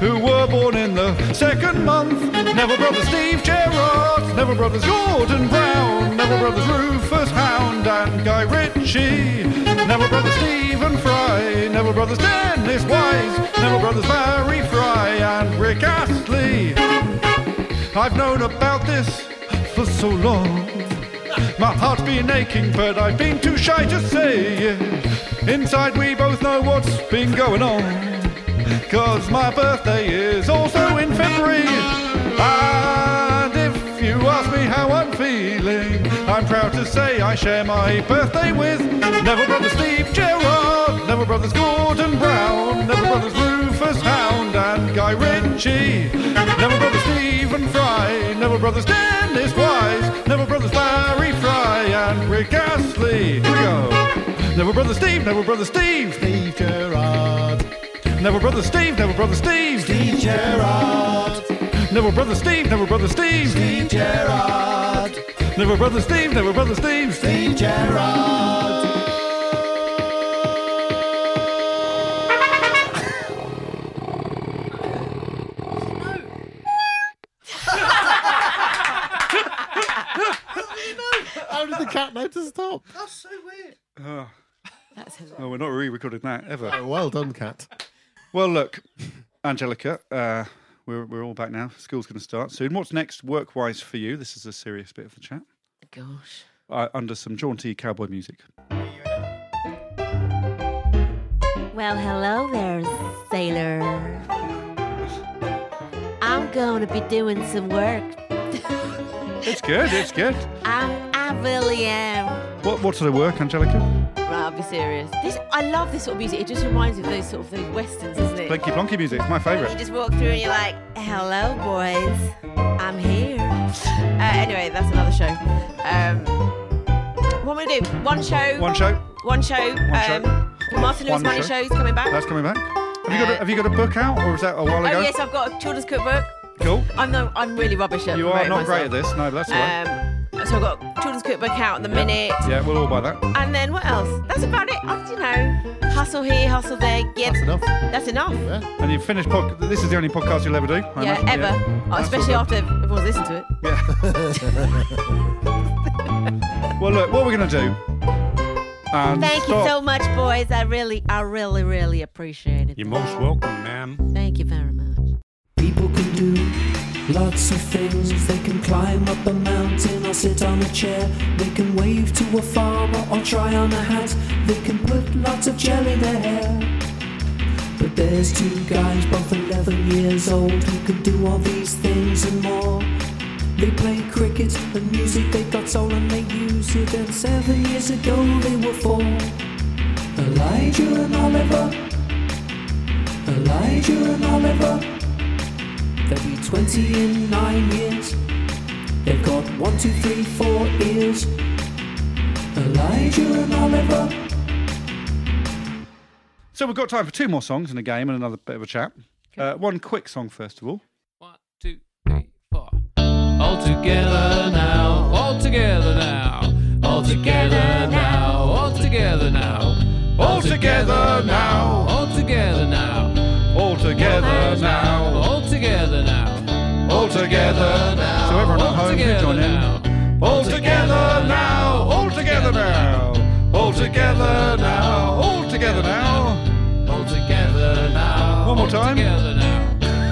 S13: who were born in the second month. Never brothers Steve Gerrard, never brothers Gordon Brown, never brothers Rufus Hound and Guy Ritchie, never brothers Stephen Fry, never brothers Dennis Wise, never brothers Barry Fry and Rick Astley. I've known about this for so long. My heart's been aching, but I've been too shy to say it. Inside, we both know what's been going on. Cause my birthday is also in February. And if you ask me how I'm feeling, I'm proud to say I share my birthday with Never Brother Steve Gerrard, Never Brothers Gordon Brown, Never Brothers Rufus Hound and Guy Ritchie, Never Brothers Stephen Fry, Never Brothers Dennis Wise, Never Brothers Larry Fry and Rick Astley. Here we go. Never Brother Steve, Never Brother Steve, Steve Gerrard. Never Brother Steve, Never Brother Steve, Steve Gerrard. Never Brother Steve, Never Brother Steve, Steve Gerrard. Never Brother Steve, Never Brother Steve, Steve Gerrard.
S3: How did the cat know to stop?
S9: That's so weird.
S13: Oh,
S8: That's hilarious.
S13: we're not re-recording that ever.
S3: well done, cat.
S13: Well, look, Angelica, uh, we're we're all back now. School's going to start soon. What's next, work-wise, for you? This is a serious bit of the chat.
S8: Gosh.
S13: Uh, under some jaunty cowboy music.
S12: Well, hello there, sailor. I'm gonna be doing some work.
S13: It's good. It's good.
S12: I, I really am.
S13: What what sort of work, Angelica?
S8: I'll be serious. This I love this sort of music. It just reminds me of those sort of those westerns, doesn't it?
S3: Blinky Blonky music, it's my
S8: You
S3: favourite.
S8: just walk through and you're like, hello, boys, I'm here. Uh, anyway, that's another show. Um, what am I going to do? One show.
S3: One show.
S8: One show.
S3: One
S8: um, The Martin Lewis
S3: One
S8: Money
S3: show.
S8: Show's coming back.
S3: That's coming back. Have you got a, have you got a book out, or is that a while
S8: oh,
S3: ago?
S8: yes, I've got a children's cookbook.
S3: Cool.
S8: I'm, no, I'm really rubbish at
S3: You are
S8: promoting
S3: not great
S8: myself.
S3: at this. No, but that's all right.
S8: Um, so I've got a children's cookbook out in the minute.
S3: Yeah, we'll all buy that.
S8: And then what else? That's about it. I don't know. Hustle here, hustle there. Get, that's
S3: enough.
S8: That's enough.
S3: And you've finished pod- This is the only podcast you'll ever do. I
S8: Yeah,
S3: imagine.
S8: ever. Oh,
S3: That's
S8: especially
S3: all
S8: after everyone's listened to it.
S3: good. Well, look, what we're going to do. And
S8: Thank
S3: stop.
S8: you so much, boys. I really, I really, really appreciate it.
S14: You're most welcome, ma'am.
S8: Thank you very much.
S15: People can do lots of things. They can climb up a mountain or sit on a chair. They can wave to a farmer or try on a hat. They can put lots of gel in their hair. But there's two guys, both 11 years old, who can do all these things and more. They play cricket and music, they got soul and they use it. And seven years ago they were four. Elijah and Oliver. Elijah and Oliver. They'll be 20 in nine years. They've got one, two, three, four ears. Elijah and Oliver.
S3: So we've got time for two more songs and a game and another bit of a chat. Uh, one quick song first of all.
S13: All together now, all together now, all together now, all together now, all together now, all together now, all together now, all together now, all together now.
S3: So everyone at home, you join in.
S13: All together now, all together now, all together now, all together now, all together now. One more time.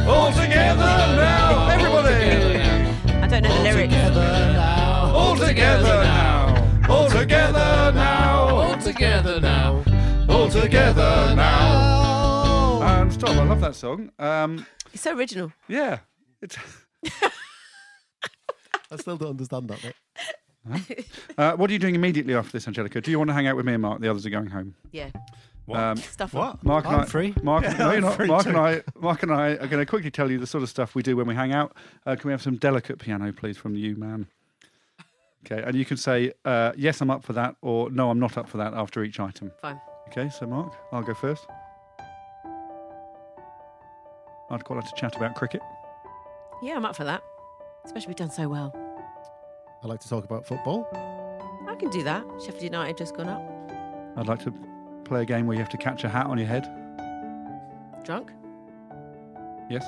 S13: All together now, everybody.
S8: I don't know the lyrics.
S13: All together now. All together now. All together now. All together now.
S3: And Um, stop. I love that song. Um,
S8: It's so original.
S3: yeah. It's,
S9: I still don't understand that bit.
S3: uh, what are you doing immediately after this, Angelica? Do you want to hang out with me and Mark? The others are going home.
S8: Yeah.
S3: Um,
S8: Stuff 'em. What?
S3: Mark and
S8: I'm
S3: I,
S8: free.
S3: Mark,
S8: Yeah,
S3: no, you're
S8: I'm
S3: not.
S8: free
S3: Mark
S8: too.
S3: and I, Mark and I are going to quickly tell you the sort of stuff we do when we hang out. Uh, can we have some delicate piano, please, from you, man? Okay, and you can say uh, yes, I'm up for that, or no, I'm not up for that after each item.
S8: Fine.
S3: Okay, so Mark, I'll go first. I'd quite like to chat about cricket.
S8: Yeah, I'm up for that. Especially we've done so well.
S9: I like to talk about football.
S8: I can do that. Sheffield United just gone up.
S3: I'd like to play a game where you have to catch a hat on your head.
S8: Drunk.
S3: Yes.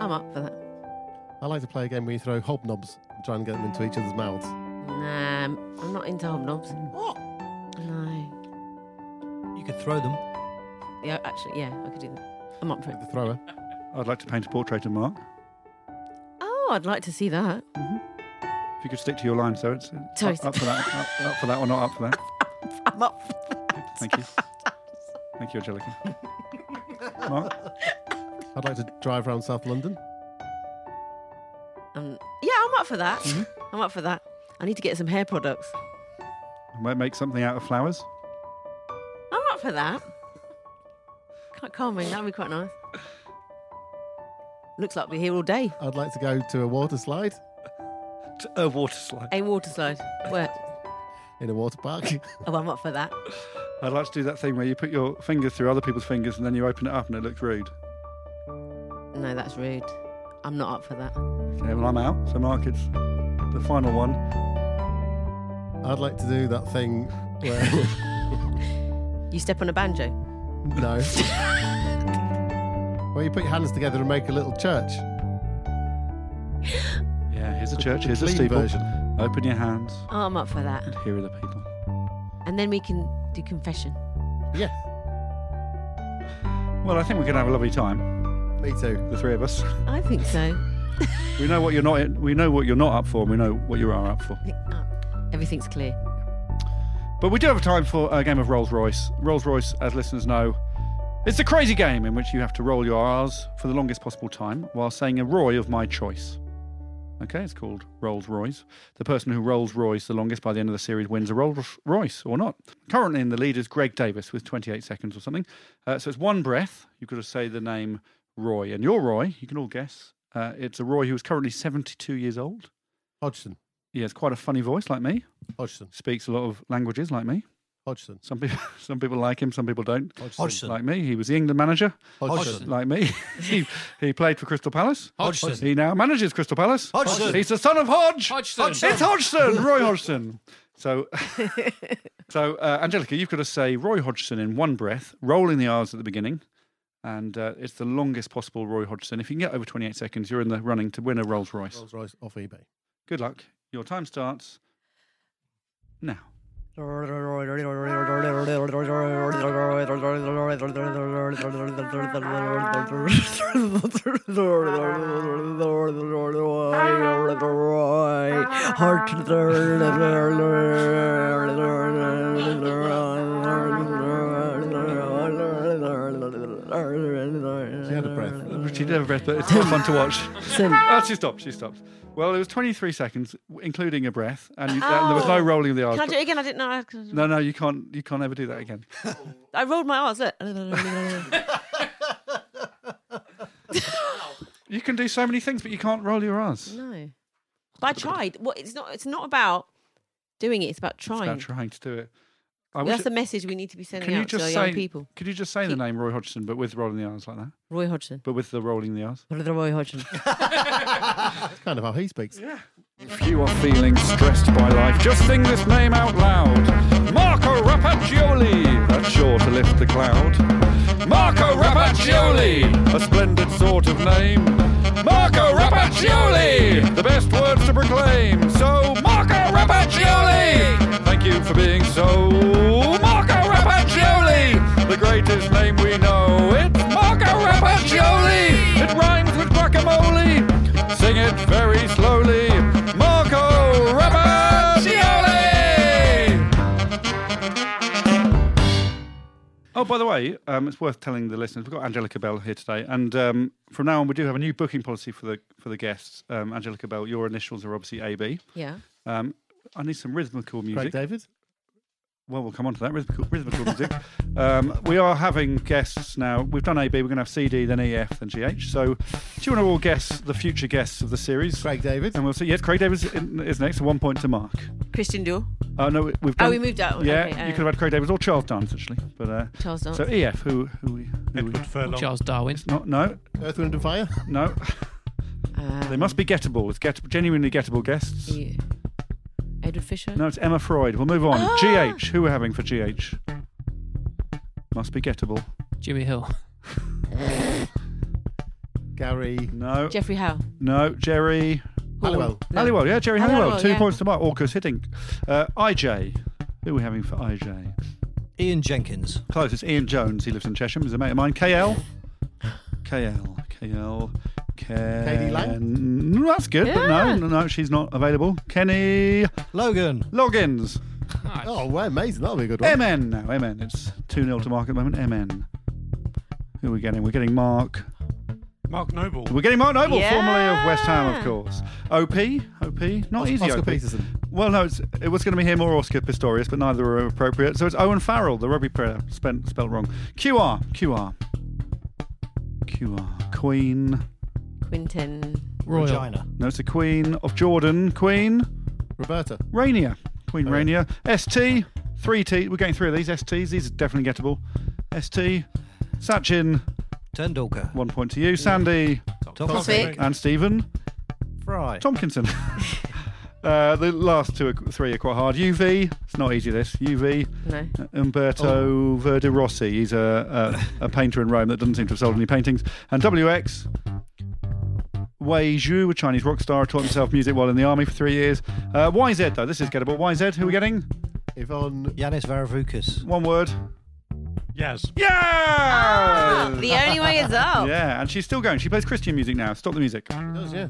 S8: I'm up for that.
S9: I like to play a game where you throw hobnobs and try and get them into each other's mouths.
S8: Nah, Um, I'm not into hobnobs. What? No.
S16: You could throw them.
S8: Yeah, actually, yeah, I could do that. I'm up for it.
S9: The thrower.
S3: I'd like to paint a portrait of Mark.
S8: Oh, I'd like to see that.
S3: If you could stick to your line, so it's it's
S8: Sorry.
S3: Up, up for that, up, up for that, or not up for that.
S8: I'm up for
S3: Thank you. Thank you, Angelica. Mark?
S9: I'd like to drive around South London.
S8: Um, yeah, I'm up for that. I'm up for that. I need to get some hair products.
S3: I might make something out of flowers.
S8: I'm up for that. Quite calming. That'd be quite nice. Looks like we're here all day.
S9: I'd like to go to a water slide
S3: A water slide.
S8: A water slide. Where?
S9: in a water park.
S8: Oh, I'm up for that.
S3: I'd like to do that thing where you put your finger through other people's fingers and then you open it up and it looks rude.
S8: No, that's rude. I'm not up for that.
S3: Okay, well, I'm out. So, Mark, it's the final one.
S9: I'd like to do that thing where.
S8: You step on a banjo.
S9: no. where you put your hands together and make a little church.
S3: Yeah, here's a church,
S9: The
S3: here's a
S9: clean
S3: steeple.
S9: version.
S3: Open your hands
S8: Oh, I'm up for that.
S3: and here are the people.
S8: And then we can do confession.
S9: Yeah.
S3: Well, I think we're going to have a lovely time,
S9: Me too.
S3: the three of us.
S8: I think so.
S3: We know what you're not. We know what you're not up for. and We know what you are up for.
S8: Everything's clear.
S3: But we do have time for a game of Rolls Royce. Rolls Royce, as listeners know, it's a crazy game in which you have to roll your R's for the longest possible time while saying a Roy of my choice. Okay, it's called Rolls Royce. The person who rolls Royce the longest by the end of the series wins a Rolls Royce or not. Currently in the lead is Greg Davis with 28 seconds or something. Uh, so it's one breath. You've got to say the name Roy. And your Roy, you can all guess. Uh, it's a Roy who is currently 72 years old.
S10: Hodgson.
S3: Yeah, it's quite a funny voice, like me.
S10: Hodgson.
S3: Speaks a lot of languages, like me.
S10: Hodgson.
S3: Some people, some people like him, some people don't.
S10: Hodgson. Hodgson.
S3: Like me. He was the England manager.
S10: Hodgson.
S3: Like me. he, he played for Crystal Palace.
S10: Hodgson.
S3: He now manages Crystal Palace.
S10: Hodgson.
S3: He's the son of Hodge.
S17: Hodgson.
S3: It's Hodgson. Roy Hodgson. So, so uh, Angelica, you've got to say Roy Hodgson in one breath, rolling the R's at the beginning. And uh, it's the longest possible Roy Hodgson. If you can get over 28 seconds, you're in the running to win a Rolls Royce.
S10: Rolls Royce off eBay.
S3: Good luck. Your time starts now.
S10: She had a breath.
S3: She did have a breath, Uh, but it's not fun to watch.
S10: Sin.
S3: oh, she stopped. She stopped. Well, it was 23 seconds, w- including a breath, and you, that- there was no
S8: Oh.
S3: rolling of the R's.
S8: Can I
S3: but-
S8: do it again? I didn't know. I, could-
S3: No, no, you can't. You can't ever do that again.
S8: I rolled my R's. Look.
S3: You can do so many things, but you can't roll your R's.
S8: no, but I tried. What? It's not. It's not about doing it. It's about
S3: It's
S8: trying.
S3: about trying to do it. I wish
S8: That's
S3: it-
S8: the message we need to be sending
S3: Can you
S8: out to
S3: just
S8: our
S3: say?
S8: young people.
S3: Could you just say the name Roy Hodgson, but with rolling the R's like that?
S8: Roy Hodgson.
S3: But with the rolling the R's.
S8: Roy Hodgson.
S10: That's kind of how he speaks. Yeah.
S3: If you are feeling stressed by life, just sing this name out loud. Marco Rappacioli, that's sure to lift the cloud. Marco Rappacioli, a splendid sort of name. Marco Rappacioli, the best words to proclaim. So, Marco Rappacioli, thank you for being so. Marco Rappacioli, the greatest name we know. It's Marco Rappacioli, it rhymes with guacamole. Sing it very slowly. Marco Rappacioli! Oh, by the way, um, it's worth telling the listeners we've got Angelica Bell here today, and um, from now on we do have a new booking policy for the for the guests. Um, Angelica Bell, your initials are obviously AB.
S8: Yeah.
S3: Um, I need some rhythmical music.
S10: Craig David.
S3: Well, we'll come on to that rhythmical, rhythmical music. Um, we are having guests now. We've done AB, we're going to have CD, then EF, then GH. So, do you want to all guess the future guests of the series? Craig
S10: David.
S3: And we'll see. Yes, Craig David is next. One point to Mark.
S8: Christian Dior.
S3: Oh no, we- we've
S8: Oh,
S3: done,
S8: we moved out.
S3: Yeah,
S8: Okay, uh, Oh.
S3: you could have had Craig Davis or Charles Dance actually, but uh,
S8: Charles Dance.
S3: So EF, who who we who we,
S13: Furlong. Charles
S3: Darwin. It's not no
S10: Earth, Wind and Fire.
S3: no.
S8: Um,
S3: they must be gettable. It's get, genuinely gettable guests.
S8: Yeah. Edward Fisher.
S3: No, it's Emma Freud. We'll move on.
S8: Ah!
S3: GH, who we're having for GH? Must be gettable.
S17: Jimmy Hill.
S10: Gary.
S3: No.
S8: Jeffrey Howe.
S3: No, Jerry.
S10: Halliwell.
S3: Halliwell, yeah, Jerry
S8: Oh,
S3: Halliwell.
S8: Halliwell,
S3: Two
S8: yeah.
S3: points to Mark. Orcus hitting. Uh, IJ. Who are we having for IJ?
S6: Ian Jenkins.
S3: Close. It's Ian Jones. He lives in Cheshire. He's a mate of mine. KL. KL. KL. Ken...
S10: Katie Lang?
S3: No, that's good, but
S10: Yeah.
S3: no, no, no, she's not available. Kenny.
S6: Logan.
S3: Logins.
S10: Oh, wow, amazing. That'll be a good one.
S3: MN now. MN. It's 2 0 to Mark at the moment. MN. Who are we getting? We're getting Mark.
S13: Mark Noble.
S3: We're getting Mark Noble,
S13: Yeah.
S3: formerly of West Ham, of course. OP, OP, not
S10: Os-
S3: easy.
S10: Oscar
S3: OP.
S10: Peterson.
S3: Well, no, it's, it was going to be him or Oscar Pistorius, but neither are appropriate. So it's Owen Farrell, the rugby player, spent, spelt wrong. QR, QR, QR, Queen.
S8: Quinton.
S6: Regina.
S3: No, it's the Queen of Jordan. Queen.
S10: Roberta.
S3: Rainier.
S10: Oh,
S3: Queen Rainier. ST. Three T. We're getting three of these STs. These are definitely gettable. ST. Sachin.
S6: Tendulkar.
S3: One point to you. Sandy.
S6: Toxic.
S3: And Stephen.
S6: Fry.
S3: Tomkinson. uh, the last two, are, three are quite hard. UV. It's not easy. This UV.
S8: No.
S3: Uh, Umberto Verde Rossi. He's a, a, a painter in Rome that doesn't seem to have sold any paintings. And WX. Wei Zhu, a Chinese rock star, taught himself music while in the army for three years. Uh, YZ, though, this is gettable. YZ, who are we getting?
S10: Yvonne.
S6: Yanis Varoufakis.
S3: One word.
S13: Yes.
S3: Yeah!
S8: the only way is up.
S3: Yeah, and she's still going. She plays Christian music now. Stop the music.
S10: Does, yeah.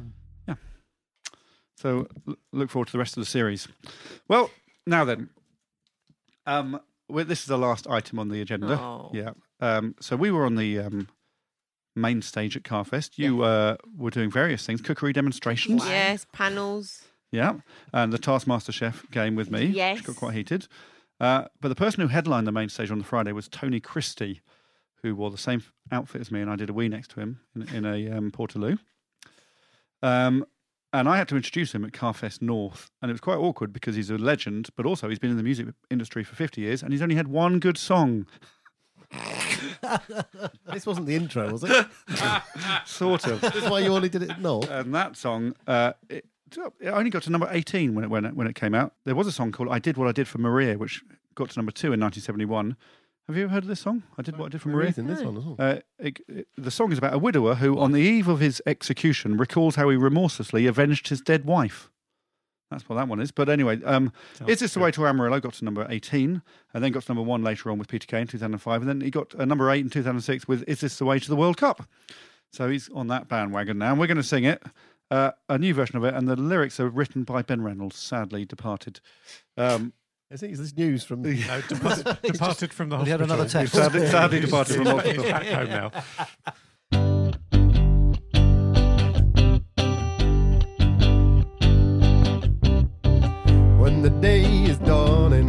S3: So l- look forward to the rest of the series. Well, now then, um, well, this is the last item on the agenda.
S8: Oh.
S3: Yeah. Um, so we were on the um, main stage at Carfest, you uh, were doing various things, cookery demonstrations.
S12: Yes, panels.
S3: Yeah. And the Taskmaster Chef game with me.
S12: Yes.
S3: Which got quite heated. Uh, but the person who headlined the main stage on the Friday was Tony Christie, who wore the same outfit as me, and I did a wee next to him in, in a um, Portaloo. Um, and I had to introduce him at Carfest North, and it was quite awkward because he's a legend, but also he's been in the music industry for 50 years, and he's only had one good song.
S4: this wasn't the intro, was it?
S3: sort of.
S4: That's why you only did it. No.
S3: And that song, uh, it, it only got to number 18 when it, when it when it came out. There was a song called "I Did What I Did for Maria," which got to number two in 1971. Have you ever heard of this song? I did what I did for
S4: Maria's
S3: Maria.
S4: in this one as well.
S3: Uh, it, it- the song is about a widower who, on the eve of his execution, recalls how he remorselessly avenged his dead wife. That's what that one is. But anyway, um, Is This the Way to Amarillo got to number 18 and then got to number one later on with Peter Kay in 2005. And then he got a number eight in 2006 with Is This the Way to the World Cup? So he's on that bandwagon now. And we're going to sing it, uh, a new version of it. And the lyrics are written by Ben Reynolds, sadly departed. Um,
S4: I think it's this news from.
S5: No, departed- He's just- departed from the
S4: He had
S5: hospital.
S4: another text.
S5: Sadly- sadly
S4: He's
S5: departed from
S4: just-
S5: hospital. He's back home now.
S4: When the day is dawning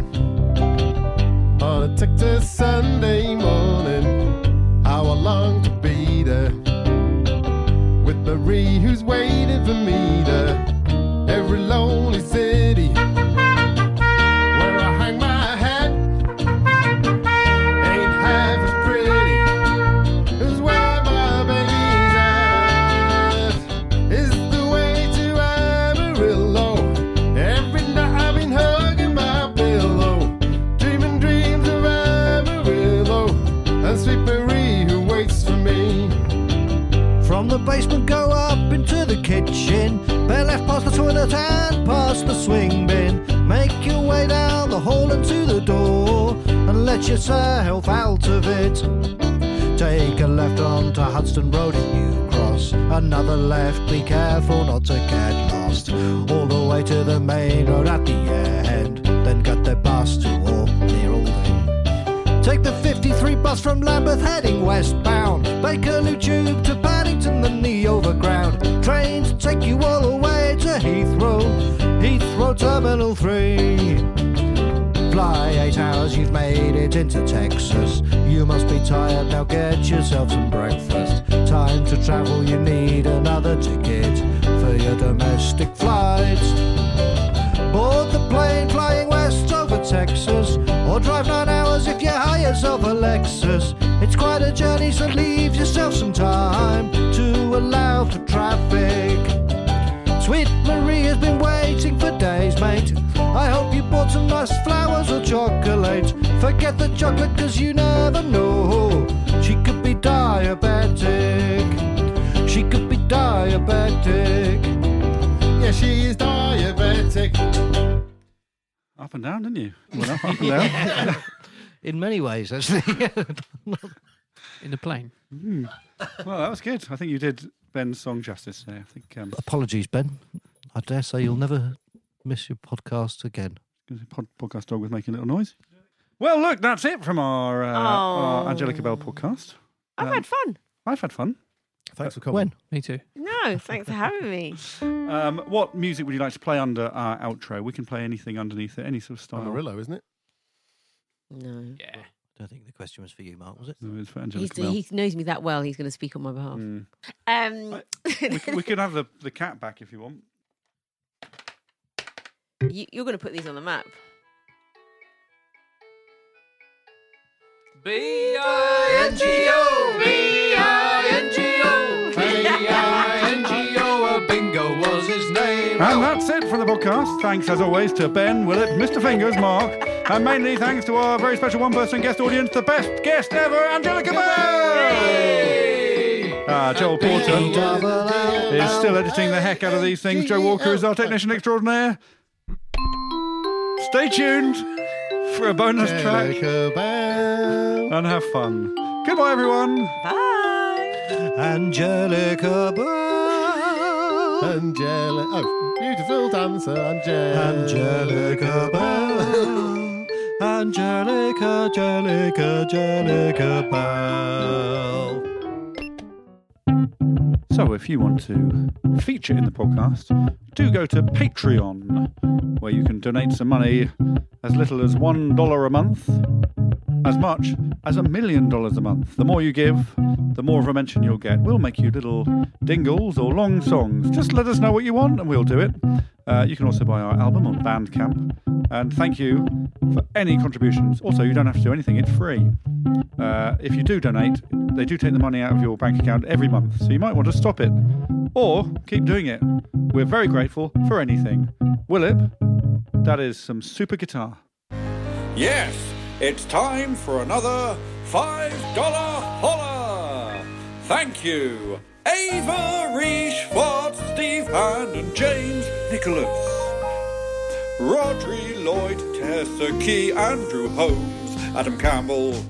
S9: on a Texas Sunday morning. How I long to be there with Marie, who's waiting for me to every lonely city where I hang my hat. Ain't half as pretty as where my baby's at. It's the way to Amarillo. Every night I've been hugging my pillow. Dreaming dreams of Amarillo and sweet Marie who waits for me.
S6: From the basement, go up into the kitchen. Bear left past the toilet and past the swing bin. Make your way down the hall and to the door, and let yourself out of it. Take a left onto Hudson Road and you cross. Another left, be careful not to get lost. All the way to the main road at the end. Then get the bus to Orkney. Take the 53 bus from Lambeth heading westbound. Bakerloo Tube to Paddington, then the overground. Trains take you all the way to Heathrow, Heathrow Terminal 3. Fly eight hours, you've made it into Texas. You must be tired, now get yourself some breakfast. Time to travel, you need another ticket for your domestic flight. Board the plane flying west over Texas, or drive nine hours if you hire yourself a Lexus. It's quite a journey, so leave yourself some time to allow for traffic. Sweet Marie has been waiting for days, mate. I hope you bought some nice flowers or chocolate. Forget the chocolate, cause you never know. She could be diabetic. She could be diabetic.
S9: Yeah, she's diabetic.
S3: Up and down, didn't you? Well, up, up and down.
S6: In many ways, actually.
S10: In the plane.
S3: Hmm. Well, that was good. I think you did Ben's song justice there. I think um,
S6: Apologies, Ben. I dare say you'll never miss your podcast again.
S3: pod, podcast dog was making a little noise. Well, look, that's it from our, uh,
S12: Oh.
S3: our Angelica Bell podcast.
S12: I've
S3: Um,
S12: had fun.
S3: I've had fun.
S4: Thanks for
S6: Uh, When?
S10: Me too.
S12: No, thanks for having me.
S3: Um, what music would you like to play under our outro? We can play anything underneath it, any sort of style.
S4: Amarillo, isn't it?
S12: No.
S10: Yeah.
S6: I don't think the question was for you, Mark, was it?
S3: No, it's for
S12: He's,
S3: Angelica Bell.
S12: he knows me that well, he's going to speak on my behalf.
S3: Mm.
S12: Um,
S3: we, c- we could have the, the cat back if you want.
S12: you, you're going to put these on the map.
S10: B I N G O B I N G O B I N G O. A bingo was his name.
S3: And that's it for the podcast. Thanks, as always, to Ben, Willett, Mr. Fingers, Mark, and mainly thanks to our very special one-person guest audience, the best guest ever, Angelica Bell! Ah, Joel Porter is still editing the heck out of these things. Joe Walker is our technician extraordinaire. Stay tuned for a bonus track and have fun. Goodbye, everyone.
S6: Angelica Bell.
S4: Angelica. Oh, beautiful dancer, Angelica.
S6: Angelica Bell. Angelica, Angelica, Angelica Bell.
S3: So if you want to feature in the podcast, do go to Patreon, where you can donate some money as little as $1 a month, as much as a million dollars a month. The more you give, the more of a mention you'll get. We'll make you little dingles or long songs. Just let us know what you want and we'll do it. Uh, you can also buy our album on Bandcamp. And thank you for any contributions. Also, you don't have to do anything, it's free. Uh, if you do donate, they do take the money out of your bank account every month, so you might want to stop it or keep doing it. We're very grateful for anything. Willip, that is some super guitar.
S13: Yes, it's time for another $5 holler. Thank you, Avery Schwartz, Steve Hand, and James Nicholas. Rodri Lloyd, Tessa Key, Andrew Holmes, Adam Campbell,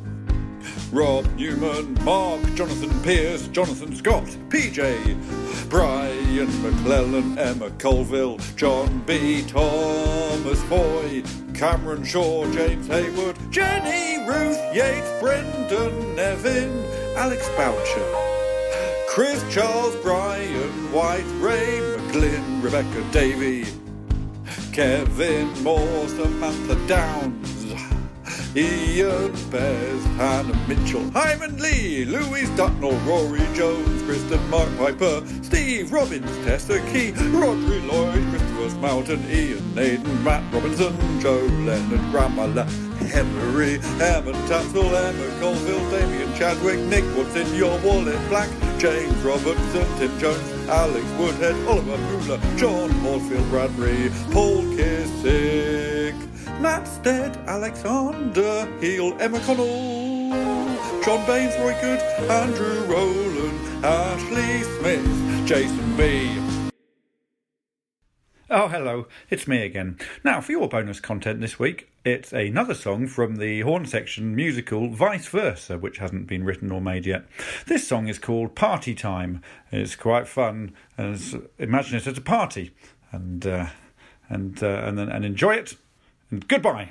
S13: Rob Newman, Mark, Jonathan Pierce, Jonathan Scott, PJ, Brian McClellan, Emma Colville, John B. Thomas Boy, Cameron Shaw, James Hayward, Jenny Ruth Yates, Brendan Nevin, Alex Boucher. Chris Charles, Brian White, Ray McGlynn, Rebecca Davey, Kevin Moore, Samantha Downs, Ian Best, Hannah Mitchell, Hyman Lee, Louise Dutnell, Rory Jones, Kristen Mark Piper, Steve Robbins, Tessa Key, Rodri Lloyd, Christopher Smountain, Ian Naden, Matt Robinson, Joe Leonard, Gramala, Emery, Emma Tatzel, Emma Colville, Damien Chadwick, Nick, what's in your wallet? Black, James Robertson, Tim Jones, Alex Woodhead, Oliver Mueller, John Moorfield Bradbury, Paul Kissick, Matt Stead, Alexander Heel, Emma Connell, John Baines, Roy Good, Andrew Rowland, Ashley Smith, Jason B.
S18: Oh, hello, it's me again. Now, for your bonus content this week, it's another song from the horn section musical Vice Versa, which hasn't been written or made yet. This song is called Party Time. It's quite fun. and it's- Imagine it at a party, and uh, and uh, and then and enjoy it. And goodbye.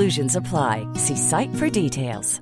S19: apply. See site for details.